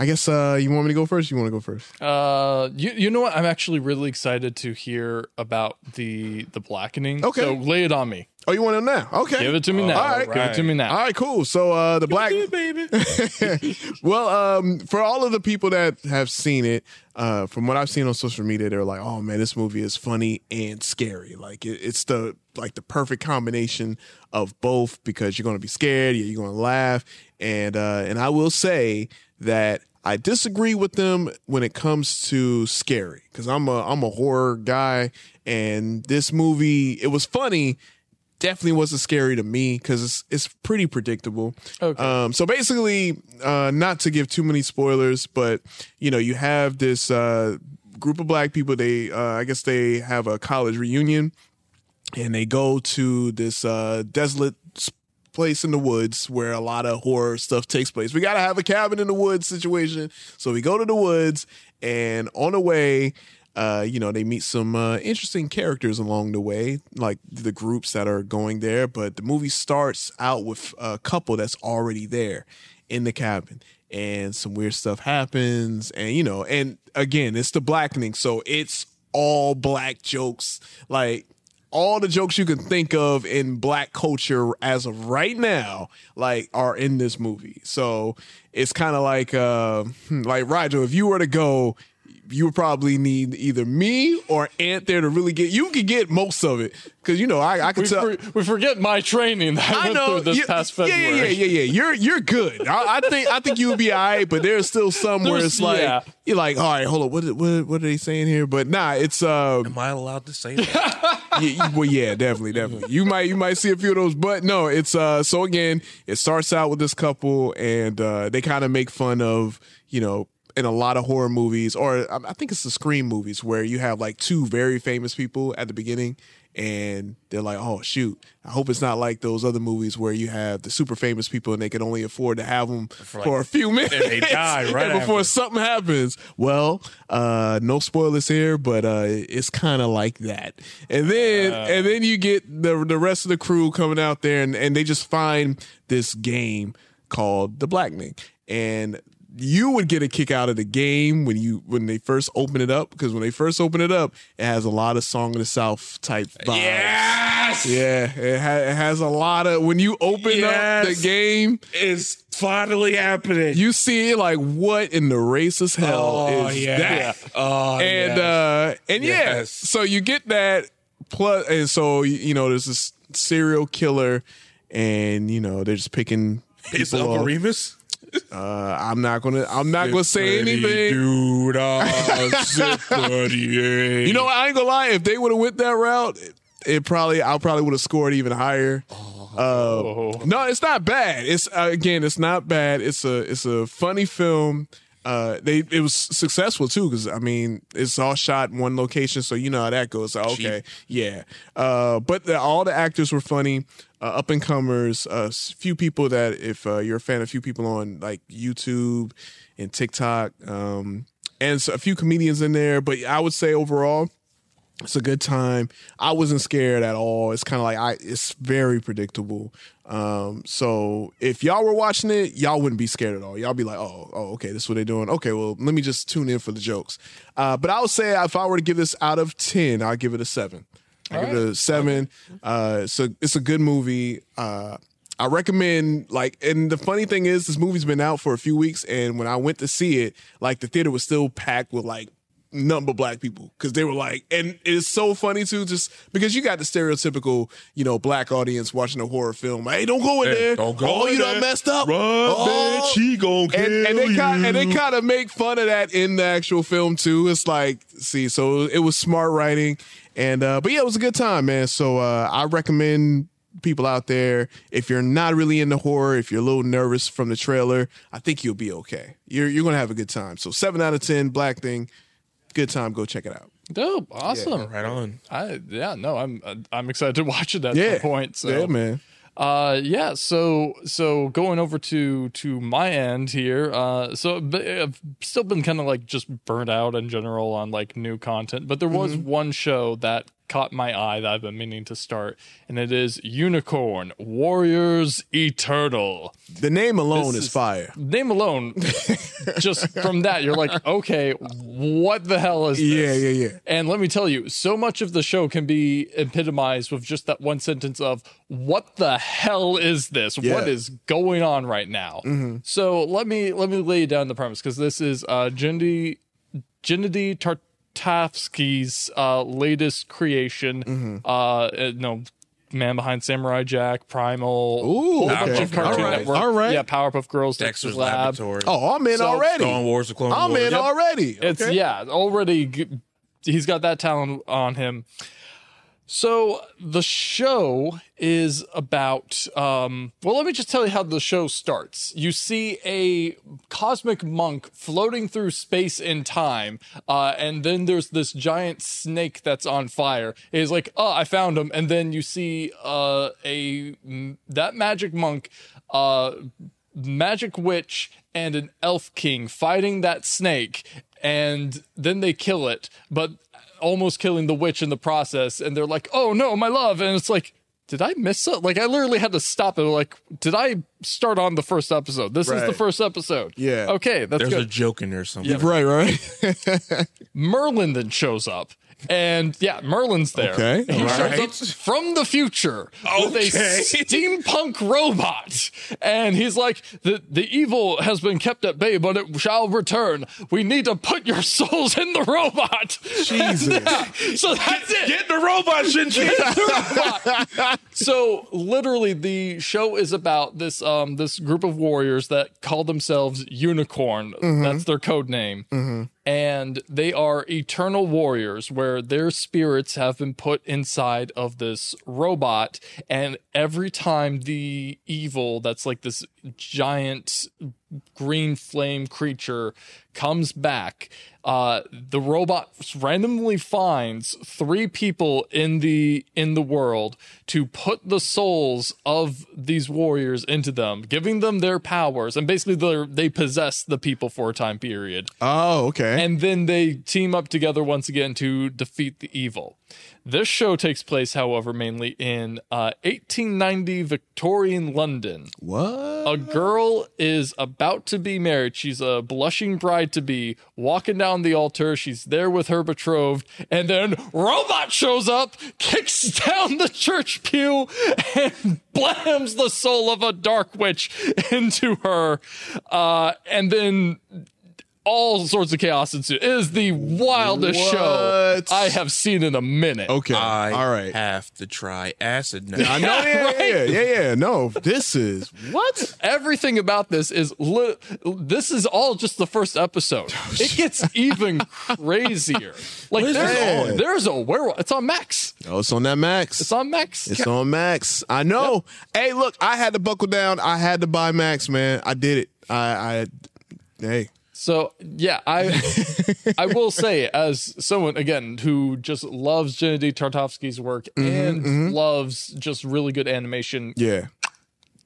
S3: I guess uh, you want me to go first. You want to go first?
S5: Uh, you you know what? I'm actually really excited to hear about the the blackening.
S3: Okay.
S5: so lay it on me.
S3: Oh, you want to know now? Okay.
S5: Give it to me now.
S3: All right.
S5: Give it to me now.
S3: All right, cool. So uh, the black
S4: baby.
S3: well, um, for all of the people that have seen it, uh, from what I've seen on social media, they're like, "Oh man, this movie is funny and scary. Like it, it's the like the perfect combination of both because you're going to be scared, you're going to laugh, and uh, and I will say that I disagree with them when it comes to scary because I'm a I'm a horror guy, and this movie it was funny definitely wasn't scary to me because it's it's pretty predictable.
S5: Okay.
S3: Um, so basically, uh, not to give too many spoilers, but you know, you have this uh, group of black people. They, uh, I guess, they have a college reunion, and they go to this uh, desolate s- place in the woods where a lot of horror stuff takes place. We gotta have a cabin in the woods situation, so we go to the woods, and on the way. Uh, you know, they meet some uh, interesting characters along the way, like the groups that are going there. But the movie starts out with a couple that's already there in the cabin, and some weird stuff happens. And, you know, and again, it's the blackening. So it's all black jokes. Like, all the jokes you can think of in black culture as of right now, like are in this movie. So it's kind of like, uh, hmm, like Roger, if you were to go, you would probably need either me or Ant there to really get. You could get most of it because you know I, I could
S5: We,
S3: tell.
S5: for- we forget my training that I,
S3: I
S5: went
S3: know.
S5: through this
S3: yeah,
S5: past
S3: yeah,
S5: February.
S3: Yeah, yeah, yeah, yeah. You're you're good. I, I think I think you'll be all right, but there's still some where
S5: There's-
S3: it's like
S5: yeah.
S3: you're like, all right, hold on, what what what are they saying here? But nah, it's um,
S4: Am I allowed to say that?
S3: yeah, you- well, yeah, definitely, definitely. You might you might see a few of those, but no, it's uh. So again, it starts out with this couple, and uh, they kind of make fun of you know in a lot of horror um, movies, or I I think it's the Scream movies where you have like two very famous people at the beginning, and they're like, "Oh shoot! I hope it's not like those other movies where you have the super famous people and they can only afford to have them for,
S4: like-
S3: a few minutes
S4: And they die right
S3: and before
S4: after.
S3: something happens." Well, uh, no spoilers here, but uh, it's kind of like that. And then and then you get the the rest of the crew coming out there, and and they just find this game called The Blackening, and you would get a kick out of the game when you when they first open it up because when they first open it up, it has a lot of song of the south type vibes.
S4: Yes!
S3: yeah, it, ha- it has a lot of when you open up
S4: Yes!
S3: the game.
S4: It's finally happening.
S3: You see, like, what in the racist hell
S4: Oh,
S3: is
S4: yeah.
S3: that?
S4: Yeah. Oh,
S3: and
S4: yes.
S3: uh, and yeah,
S4: Yes.
S3: so you get that plus, and so you- you know, there's this serial killer, and you know, they're just picking.
S4: Is
S3: people
S4: Uncle
S3: off.
S4: Remus?
S3: Uh, I'm not gonna. I'm not gonna say
S4: Pretty
S3: anything.
S4: Dude, oh, zip, buddy, eh.
S3: You know, what? I ain't gonna lie. If they would have went that route, it, it probably I probably would have scored even higher. Uh, no, it's not bad. It's uh, again, it's not bad. It's a it's a funny film. Uh, they it was successful too because I mean it's all shot in one location, so you know how that goes. So, okay, yeah. Uh, but the, all the actors were funny, uh, up and comers. A few people that if uh, you're a fan of few people on like YouTube and TikTok, um, and so a few comedians in there. But I would say overall, it's a good time. I wasn't scared at all. It's kind of like I. It's very predictable. Um, so if y'all were watching it, y'all wouldn't be scared at all. Y'all be like, oh, oh, okay, this is what they're doing. Okay, well, let me just tune in for the jokes. Uh, but I would say if I were to give this out of ten, I'd give it a seven. I give it a seven. Uh, it's a it's a good movie. Uh, I recommend like, and the funny thing is, this movie's been out for a few weeks, and when I went to see it, like the theater was still packed with like number black people because they were like, and it's so funny too, just because you got the stereotypical, you know, black audience watching a horror film. Hey, don't go in
S4: Hey,
S3: there.
S4: don't go
S3: oh,
S4: in
S3: you
S4: there.
S3: done messed up.
S4: Right,
S3: oh.
S4: bitch, he gonna
S3: and, and they
S4: kill
S3: kind and they
S4: you.
S3: kind of make fun of that in the actual film too. It's like, see, so it was smart writing, and uh, but yeah, it was a good time, man. So uh, I recommend people out there if you're not really into horror, if you're a little nervous from the trailer, I think you'll be okay. You're you're gonna have a good time. So seven out of ten, Black Thing, good time. Go check it out.
S5: Dope. Awesome.
S4: right on.
S5: I yeah no I'm uh, I'm excited to watch it at
S3: Yeah.
S5: some point. So.
S3: Yeah, man.
S5: Uh yeah so so going over to to my end here uh so b- I've still been kind of like just burnt out in general on like new content but there was one show that caught my eye that I've been meaning to start and it is Unicorn Warriors Eternal
S3: The name alone
S5: This
S3: is,
S5: is-
S3: fire.
S5: name alone just from that you're like okay what the hell is this
S3: Yeah, yeah, yeah.
S5: and let me tell you, so much of the show can be epitomized with just that one sentence of, What the hell is this?
S3: Yeah. Mm-hmm.
S5: What is going on right now? So let me let me lay down the premise because this is uh Jindy Gennady Tartavsky's uh latest creation.
S3: Mm-hmm.
S5: Uh, uh no Man behind Samurai Jack, Primal,
S3: Ooh,
S5: a bunch
S3: okay.
S5: of
S3: All
S5: Cartoon
S3: right,
S5: Network,
S3: all right.
S5: yeah, Powerpuff Girls,
S4: Dexter's
S5: Dexter's Lab.
S4: Laboratory.
S3: Oh, I'm in
S5: So-
S3: already.
S4: Clone Wars, the Clone
S3: I'm
S4: Wars.
S3: in
S4: Yep.
S3: already.
S5: It's
S3: Okay.
S5: yeah, already g- he's got that talent on him. So the show is about um well let me just tell you how the show starts. You see a cosmic monk floating through space and time uh and then there's this giant snake that's on fire. It's like, "Oh, I found him." And then you see uh a that magic monk uh magic witch and an elf king fighting that snake and then they kill it but almost killing the witch in the process and they're like oh no my love and it's like did i miss it like i literally had to stop it like did i start on the first episode this is the
S3: Right.
S5: first episode
S3: Yeah.
S5: okay that's
S4: There's
S5: good
S4: a joke in there somewhere.
S5: Yeah.
S3: Right, right.
S5: Merlin then shows up. And yeah, Merlin's there.
S3: Okay,
S5: He shows
S4: alright.
S5: up from the future with a
S4: Okay.
S5: steampunk robot. And he's like, the, the evil has been kept at bay, but it shall return. We need to put your souls in the robot.
S3: Jesus.
S5: so that's it.
S4: Get in the robot, Shinji.
S5: So literally, the show is about this um this group of warriors that call themselves Unicorn. That's their code name, and they are eternal warriors, where their spirits have been put inside of this robot. And every time the evil, that's like this giant green flame creature, comes back, uh, the robot randomly finds three people in the in the world to put the souls of these warriors into them, giving them their powers, and basically they they possess the people for a time period.
S3: Oh, okay.
S5: And then they team up together once again to defeat the evil. This show takes place, however, mainly in uh, 1890 Victorian London.
S3: What?
S5: A girl is about to be married. She's a blushing bride to be walking down the altar. She's there with her betrothed, and then Robot shows up, kicks down the church pew, and blams the soul of a dark witch into her. Uh, and then all sorts of chaos ensues. It is the wildest
S3: What?
S5: show I have seen in a minute.
S3: Okay.
S4: I
S3: All right.
S4: have to try acid now.
S3: I know. Yeah, yeah, yeah, yeah, yeah. No, this is
S5: What? Everything about this is li- this is all just the first episode. It gets even crazier. Like
S3: What is
S5: there's
S3: this?
S5: a, there's a werewolf. It's on Max.
S3: Oh, it's on that Max. It's
S5: on Max.
S3: It's on Max. I know. Hey, look, I had to buckle down. I had to buy Max, man. I did it. I, I hey.
S5: So yeah, I I will say as someone again who just loves Gennady Tartovsky's work and loves just really good animation.
S3: Yeah.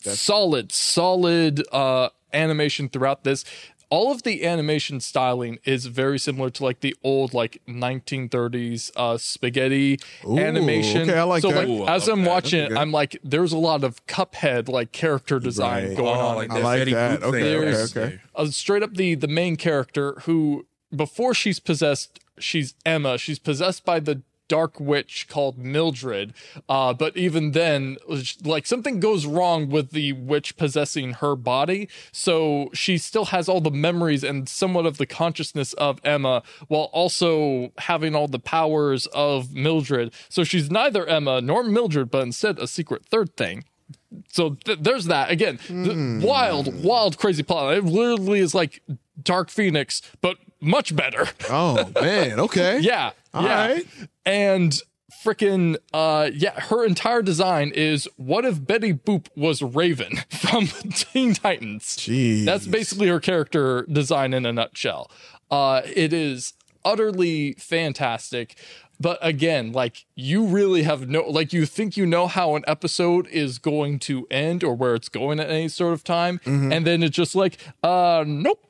S5: solid, solid uh, animation throughout this. All of the animation styling is very similar to like the old like 1930s uh, spaghetti
S3: Ooh,
S5: animation.
S3: okay, I like
S5: so
S3: that.
S5: like
S3: Ooh, I
S5: as
S3: like
S5: I'm
S3: that.
S5: watching
S3: That's
S5: it,
S3: good.
S5: I'm like, there's a lot of Cuphead like character design
S3: Right.
S5: going
S3: Oh,
S5: on.
S3: like
S5: in
S3: I
S5: this.
S3: like that. Okay,
S5: There's,
S3: okay, okay.
S5: uh, straight up the the main character who before she's possessed she's emma she's possessed by the dark witch called mildred uh, but even then like something goes wrong with the witch possessing her body so she still has all the memories and somewhat of the consciousness of emma while also having all the powers of mildred so she's neither emma nor mildred but instead a secret third thing so th- there's that again. th- Wild, wild, crazy plot. It literally is like Dark Phoenix, but much better.
S3: Oh man. Okay.
S5: yeah,
S3: All
S5: yeah.
S3: right.
S5: And freaking, uh, yeah. Her entire design is what if Betty Boop was Raven from Teen Titans?
S3: Jeez.
S5: That's basically her character design in a nutshell. Uh, it is utterly fantastic. But again, like you really have no, like you think you know how an episode is going to end or where it's going at any sort of time.
S3: Mm-hmm.
S5: And then it's just like, uh, nope.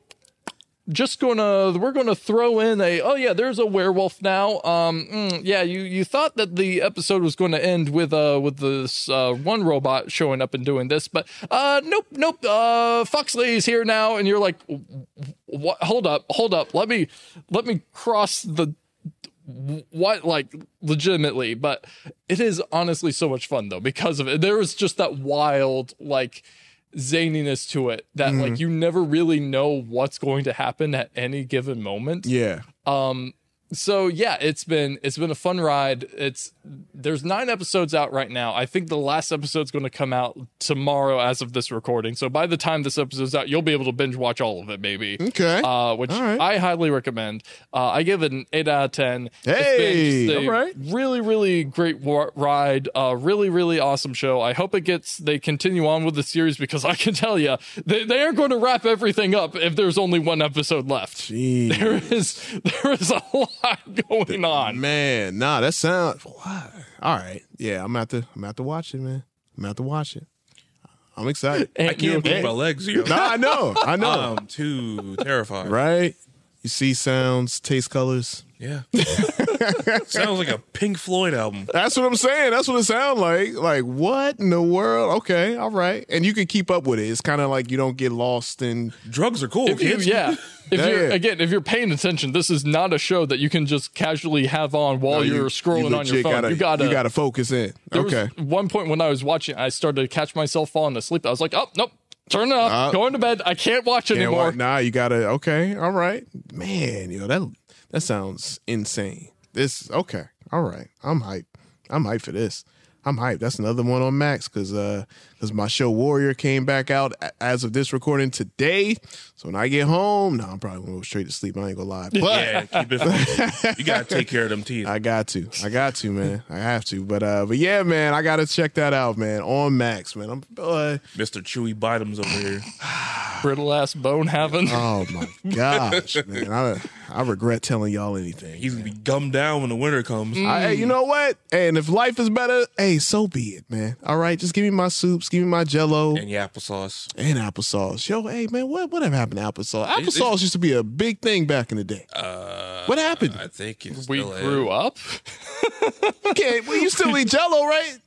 S5: Just gonna, we're gonna throw in a, oh yeah, there's a werewolf now. Um, mm, yeah, you you thought that the episode was going to end with uh with this uh one robot showing up and doing this, but uh nope nope uh Foxley's here now, and you're like, what? Hold up, hold up, let me let me cross the what like legitimately but it is honestly so much fun though because of it there is just that wild like zaniness to it that like you never really know what's going to happen at any given moment
S3: Yeah.
S5: um so yeah it's been it's been a fun ride it's there's nine episodes out right now i think the last episode's going to come out tomorrow as of this recording so by the time this episode's out you'll be able to binge watch all of it maybe
S3: Okay.
S5: uh, which
S3: All right.
S5: I highly recommend. Uh, I give it an 8 out of 10.
S3: Hey,
S5: it's been just a
S3: all right.
S5: really, really great wa- ride. Uh, really, really awesome show. I hope it gets, they continue on with the series because I can tell you, they, they are going to wrap everything up if there's only one episode left.
S3: Jeez.
S5: There is, there is a lot going on.
S3: Man, nah, that sounds. Wow. All right. Yeah, I'm out to. I'm out to watch it, man. I'm out to watch it. I'm excited.
S4: I
S5: You
S4: can't move my legs. Yo.
S3: no, I know. I know.
S4: I'm too terrified.
S3: right. You see sounds, taste colors.
S4: Yeah. Sounds like a Pink Floyd album.
S3: That's what I'm saying. That's what it sounds like. Like what in the world? Okay, all right. And you can keep up with it. It's kind of like you don't get lost in.
S4: Drugs are cool.
S5: If you,
S4: kids.
S5: yeah. If you're
S3: Yeah.
S5: again, if you're paying attention, this is not a show that you can just casually have on while
S3: No, you-
S5: Oh, you're scrolling on your
S3: legit
S5: phone.
S3: Gotta,
S5: you gotta
S3: you gotta focus in.
S5: There
S3: okay.
S5: was one point when I was watching, I started to catch myself falling asleep. I was like, oh, nope, turn it off,
S3: Uh,
S5: going to bed. I can't watch
S3: You know
S5: anymore.
S3: what? Nah, you gotta. Okay, all right, man. Yo, that that sounds insane. This okay, all right. I'm hyped. I'm hyped for this. I'm hyped. That's another one on Max because uh because my show Warrior came back out a- as of this recording today. So when I get home, no, I'm probably gonna go straight to sleep. I ain't gonna lie, but
S4: yeah, keep it. focused. You gotta take care of them teeth.
S3: I got to. I got to, man. I have to. But uh but yeah, man, I gotta check that out, man. On Max, man. I'm uh,
S4: Mr. Chewy Bottoms over here.
S5: brittle ass bone having.
S3: Oh my gosh, man! I, I regret telling y'all anything.
S4: He's gonna be gummed down when the winter comes.
S5: Mm.
S3: I- hey, you know what? Hey, and if life is better, hey, so be it, man. All right, just give me my soups, give me my Jello
S4: and the applesauce.
S3: and applesauce. Yo, hey man, what whatever happened to applesauce? Applesauce used to be a big thing back in the day.
S4: Uh,
S3: what happened?
S4: I think it's
S5: We
S4: still is.
S5: grew up.
S3: You can't. Well, you still eat Jello, right?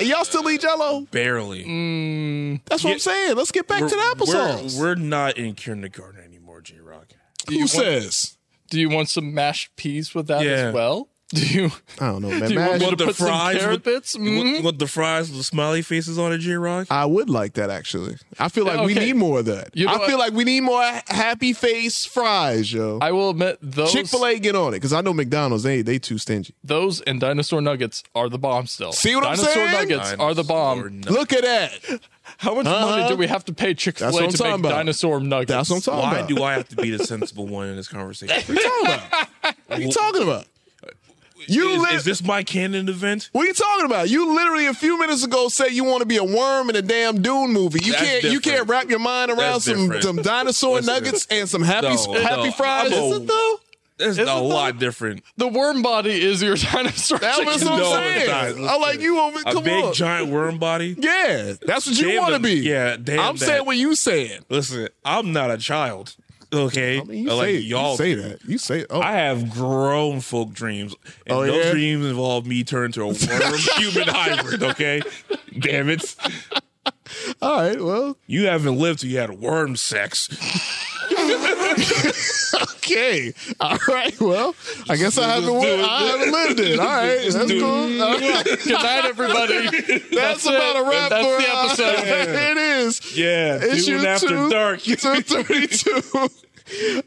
S3: y'all still eat Jello?
S4: barely.
S3: That's what I'm saying. Let's get back to the applesauce.
S4: We're, we're not in kindergarten anymore, J Rock.
S3: Who says?
S5: Do you want some mashed peas with that
S4: Yeah.
S5: as well? Do you?
S3: I don't know, man.
S5: Do you want
S3: Mash-
S5: me to put some carrot
S4: with,
S5: bits? Mm-hmm.
S4: you want, you want the fries with the smiley faces on it, J Rock?
S3: I would like that actually. I feel like we
S5: Okay.
S3: need more of that.
S5: You know
S3: I feel
S5: what?
S3: like we need more happy face fries, yo.
S5: I will admit those
S3: Chick Fil A get on it because I know McDonald's they they too stingy.
S5: those and dinosaur nuggets are the bomb still.
S3: See what I'm
S5: dinosaur
S3: saying?
S5: nuggets are the bomb.
S3: Look at that.
S5: How much money
S3: Uh-huh.
S5: do we have to pay Chick
S3: That's
S5: Fil
S3: what
S5: A
S3: I'm
S5: to
S3: talking
S5: make
S3: about.
S5: dinosaur nuggets?
S3: That's what I'm talking
S4: Why
S3: about.
S4: do I have to be the sensible one in this conversation?
S3: What are you talking about? You
S4: is,
S3: li-
S4: is this my canon event?
S3: what are you talking about? You literally a few minutes ago said you want to be a worm in a damn Dune movie. You
S4: That's
S3: can't you
S4: different.
S3: can't wrap your mind around
S4: That's
S3: some,
S4: different.
S3: some dinosaur
S4: Listen,
S3: nuggets and some happy
S4: no,
S3: happy
S4: no,
S3: fries.
S4: I'm a-
S3: Is it though?
S4: That's a lot different.
S5: The worm body is your dinosaur.
S3: That was
S5: chicken
S3: what I'm
S4: No,
S5: nugget.
S4: it's not.
S3: saying. I like you over.
S4: A
S3: Come
S4: big
S3: on.
S4: giant worm body.
S3: Yeah, that's what you
S4: Damn
S3: want to
S4: the-
S3: be.
S4: yeah, damn
S3: I'm
S4: that.
S3: saying what you saying.
S4: Listen, I'm not a child. Okay,
S3: I mean, you,
S4: like
S3: say,
S4: y'all.
S3: you say that. You say, oh,
S4: I have grown folk dreams, and
S3: Oh,
S4: those
S3: yeah?
S4: dreams involve me turning to a worm human hybrid. Okay, damn it,
S3: all right. Well,
S4: you haven't lived till you had worm sex.
S3: okay. All right. Well, I guess I haven't.
S4: do it.
S3: I haven't lived it. All right. That's
S4: do it.
S3: cool. All right.
S5: Good night, everybody.
S3: That's, about a wrap
S5: That's
S3: for
S5: the
S3: us.
S5: episode.
S3: it is.
S4: Yeah,
S3: Issue
S4: Dune After
S3: two,
S4: Dark.
S3: 232.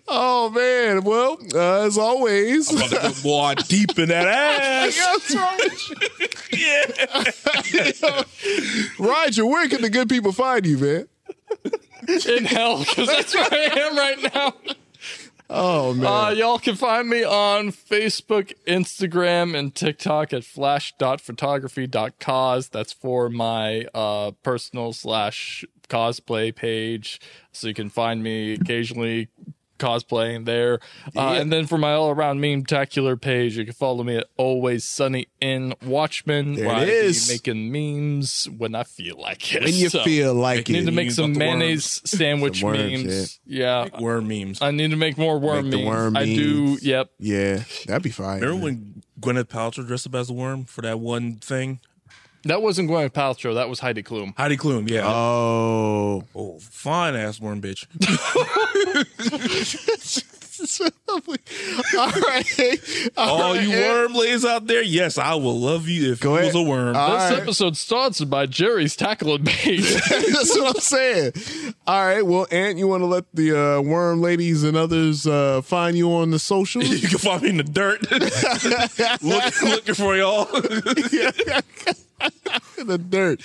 S3: Oh man! Well, uh, as always,
S4: I'm about to go more deep in that ass.
S3: That's right. yeah. Roger, where can the good people find you, man?
S5: in hell because that's where I am right now.
S3: Oh man.
S5: Uh, y'all can find me on Facebook, Instagram, and TikTok at flash.photography.cause. That's for my uh, personal slash cosplay page. So you can find me occasionally cosplaying there. Uh, and then for my all around meme tacular page, you can follow me at Always Sunny in Watchmen.
S3: There
S5: where
S3: it
S5: I be
S3: is.
S5: making memes when I feel like it.
S3: when you
S5: So-
S3: feel like
S5: Need
S3: it.
S5: to make
S4: memes
S5: some
S4: about the worms.
S5: mayonnaise sandwich
S3: Some worms,
S5: memes. Yeah.
S4: Worm memes.
S5: I need to make more worm
S3: Make the
S5: memes.
S3: worm
S5: I do.
S3: memes.
S5: Yep.
S3: yeah, that'd be fine.
S4: Remember
S3: man.
S4: when Gwyneth Paltrow dressed up as a worm for that one thing?
S5: That wasn't Gwyneth Paltrow. That was Heidi Klum.
S4: Heidi Klum, yeah.
S3: Oh.
S4: oh, fine ass worm bitch.
S3: All right. All
S4: All you
S3: right.
S4: worm ladies out there, yes, I will love you if
S3: Go
S4: you was
S3: ahead.
S4: a worm.
S3: All
S5: This
S3: right.
S5: episode sponsored by Jerry's Tackle and Bait.
S3: That's what I'm saying. All right. Well, Ant, you want to let the uh, worm ladies and others uh, find you on the socials?
S4: you can find me in the dirt. Look, looking for y'all.
S3: in the dirt.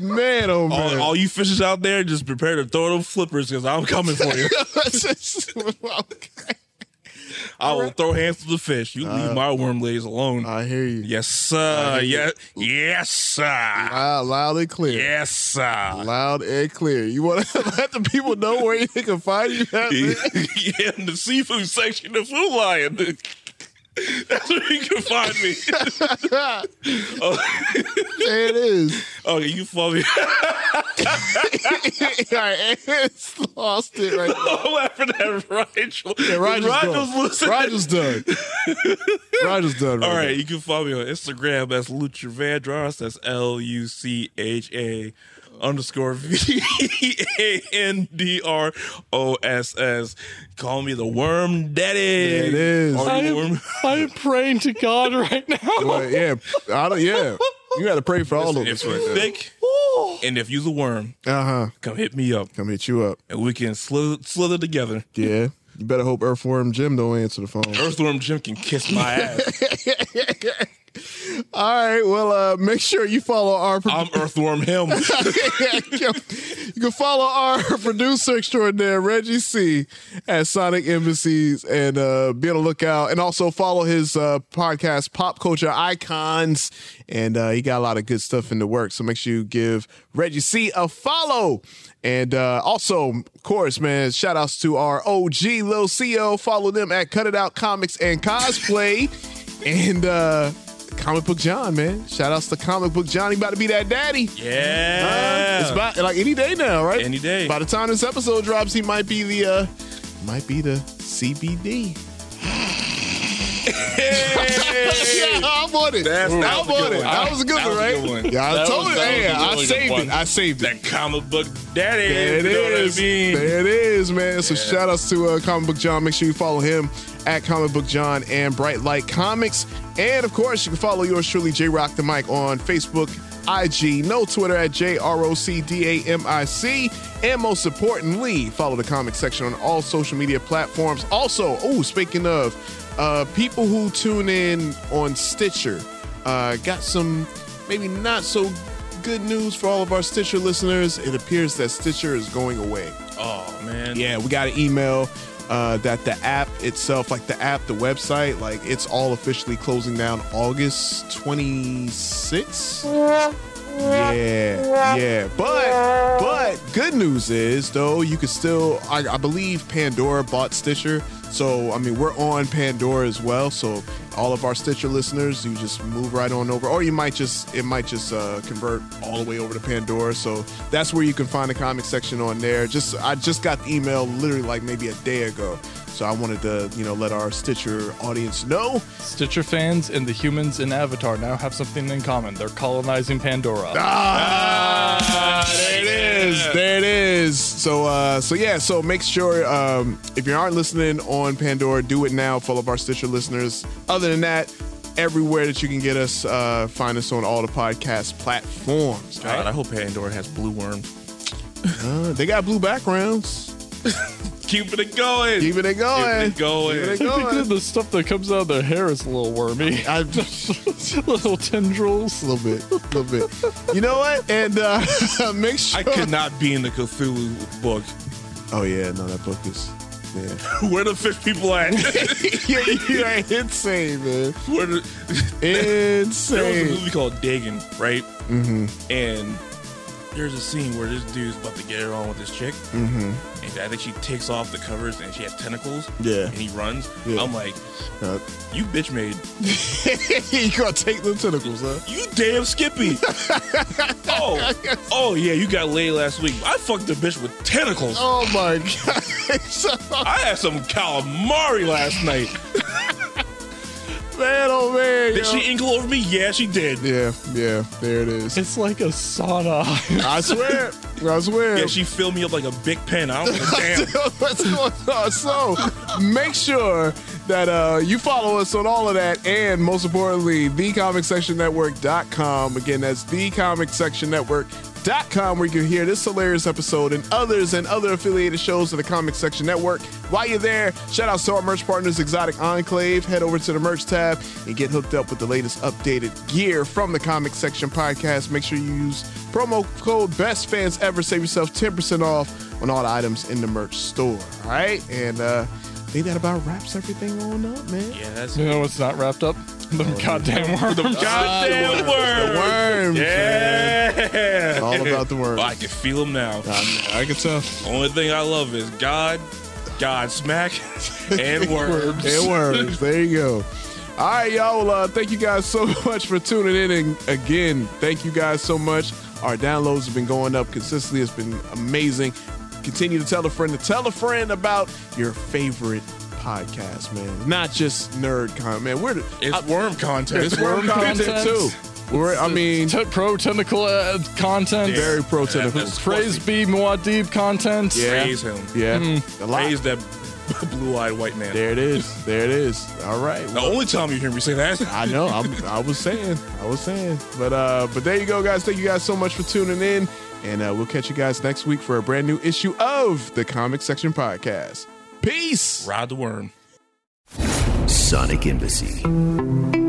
S3: Man, oh
S4: all,
S3: man.
S4: all you fishes out there, just prepare to throw them flippers because I'm coming for you. I will throw hands to the fish. You leave my worm ladies alone.
S3: I hear you.
S4: yes, sir. Yes, yes, sir.
S3: Loud, loud and clear.
S4: Yes, sir.
S3: Loud and clear. You want to let the people know where they can find you at? man?
S4: yeah, in the seafood section of Food Lion. That's where you can find me.
S3: There it is.
S4: okay, you follow me.
S3: All right, Ant's lost it right now.
S4: I'm laughing at Rachel.
S3: Yeah, Roger's,
S4: Roger's
S3: done.
S4: listening.
S3: Roger's done. Roger's done.
S4: All right, you can follow me on Instagram. That's Lucha Vandross. That's L U C H A underscore V A N D R O S S. Call me the Worm Daddy.
S3: There it is.
S4: Are
S5: I
S4: you
S5: am,
S4: worm?
S5: I am praying to God right now.
S3: Well, yeah, I don't. Yeah, you got to pray for all of
S4: If
S3: us.
S4: you're thick and if you're a worm,
S3: Uh huh.
S4: come hit me up
S3: Come hit you up.
S4: and we can slither, slither together.
S3: Yeah. You better hope Earthworm Jim don't answer the phone.
S4: Earthworm Jim can kiss my ass.
S3: All right. Well, uh, make sure you follow our.
S4: I'm Earthworm him.
S3: You can follow our producer extraordinaire, Reggie C, at Sonic Embassies and uh, be on the lookout. And also follow his uh, podcast, Pop Culture Icons. And uh, he got a lot of good stuff in the work. So make sure you give Reggie C a follow. And uh, also, of course, man, shout outs to our OG Lil CO. Follow them at Cut It Out Comics and Cosplay. and uh, Comic Book John, man. Shout outs to Comic Book John. He about to be that daddy.
S4: Yeah.
S3: Uh, it's about like any day now, right?
S4: Any day.
S3: By the time this episode drops, he might be the uh might be the CBD. yeah, I'm on it.
S4: That's-
S3: I'm
S4: that was
S3: on
S4: a good
S3: it.
S4: one.
S3: That was a good
S4: That
S3: one,
S4: was a
S3: right?
S4: good one.
S3: Yeah, I
S4: That
S3: told
S4: was-
S3: you.
S4: that was
S3: Hey,
S4: a
S3: I
S4: really good
S3: saved
S4: one.
S3: it. I saved it.
S4: That comic book daddy.
S3: There it
S4: you know what I
S3: is.
S4: mean?
S3: There it is, man. So shout outs to uh, Comic Book John. Make sure you follow him at Comic Book John and Bright Light Comics. And of course, you can follow yours truly, J Rock the Mic, on Facebook, IG, no Twitter at J R O C D A M I C. And most importantly, follow the comic section on all social media platforms. Also, oh, speaking of uh, people who tune in on Stitcher, uh, got some maybe not so good news for all of our Stitcher listeners. It appears that Stitcher is going away.
S4: Oh man.
S3: Yeah, we got an email uh, that the app itself, like the app, the website, like it's all officially closing down August 26th. Yeah, yeah. But but good news is though you can still I, I believe Pandora bought Stitcher, so I mean we're on Pandora as well. So all of our Stitcher listeners, you just move right on over, or you might just it might just uh, convert all the way over to Pandora. So that's where you can find the comic section on there. Just I just got the email literally like maybe a day ago. So I wanted to, you know, let our Stitcher audience know.
S5: Stitcher fans and the humans in Avatar now have something in common. They're colonizing Pandora.
S3: Ah!
S4: Ah.
S3: there it is. There it is. So uh so yeah, so make sure um if you aren't listening on Pandora, do it now, full of our Stitcher listeners. Other than that, everywhere that you can get us, uh find us on all the podcast platforms.
S4: God, I hope Pandora has blue worms.
S3: Uh, they got blue backgrounds.
S4: Keeping it going.
S3: Keeping it going.
S4: Keeping it going.
S3: Keeping it
S5: I think
S3: going.
S5: that the stuff that comes out of their hair is a little wormy. little tendrils.
S3: A little bit. A little bit. You know what? And uh make sure
S4: I could not be in the Cthulhu book.
S3: Oh yeah, no, that book is yeah.
S4: Where the fish people at?
S3: yeah, you ain't insane, man.
S4: Where the, There was a
S3: Insane.
S4: movie called Dagon, right?
S3: Mm-hmm.
S4: And there's a scene where this dude's about to get it on with this chick,
S3: Mhm.
S4: and I think she takes off the covers and she has tentacles.
S3: Yeah.
S4: and he runs.
S3: Yeah.
S4: I'm like,
S3: Uh,
S4: you bitch made
S3: you gonna take the tentacles, huh?
S4: you damn Skippy. oh, oh yeah, you got laid last week. I fucked a bitch with tentacles.
S3: Oh my god.
S4: I had some calamari last night.
S3: man, oh man. yo.
S4: Did she inkle over me? Yeah, she did.
S3: Yeah, yeah, there it is.
S5: It's like a sauna.
S3: I swear. I swear.
S4: Yeah, she filled me up like a big pen. I don't give a damn.
S3: What's going on? So make sure that uh, you follow us on all of that and most importantly, thecomicsectionnetwork.com. Again, that's thecomicsectionnetwork.com where you can hear this hilarious episode and others and other affiliated shows of the Comic Section Network. While you're there, shout out to our merch partners, Exotic Enclave. Head over to the merch tab and get hooked up with the latest updated gear from the Comic Section Podcast. Make sure you use promo code Best Fans Ever. Save yourself 10% off on all the items in the merch store. All right. And uh, I think that about wraps everything on up, man.
S4: Yeah, that's
S5: You know what's not wrapped up? Them goddamn worms.
S4: Them goddamn worms.
S3: The worms. man.
S4: Yeah.
S3: All about the worms.
S4: I can feel them now.
S3: I, I can tell.
S4: Only thing I love is God, God smack, and worms.
S3: It works. There you go. All right, y'all. Well, uh, thank you guys so much for tuning in. And again, thank you guys so much. Our downloads have been going up consistently. It's been amazing. Continue to tell a friend to tell a friend about your favorite podcast, man. Not just nerd content, man. We're the,
S4: It's worm content.
S3: it's worm content too. We're, I mean,
S5: Te- pro tentacle uh, content.
S3: very pro tentacle.
S4: That's
S5: Praise be Muad'Dib content.
S3: Yeah.
S4: Praise him.
S3: Yeah, a lot.
S4: Praise that blue-eyed white man.
S3: There it is. There it is. All right.
S4: The only time you hear me say that.
S3: I know. I'm, I was saying. I was saying. But uh, but there you go, guys. Thank you guys so much for tuning in, and uh, we'll catch you guys next week for a brand new issue of the Comic Section Podcast. Peace.
S4: Ride the worm.
S1: Sonic Embassy.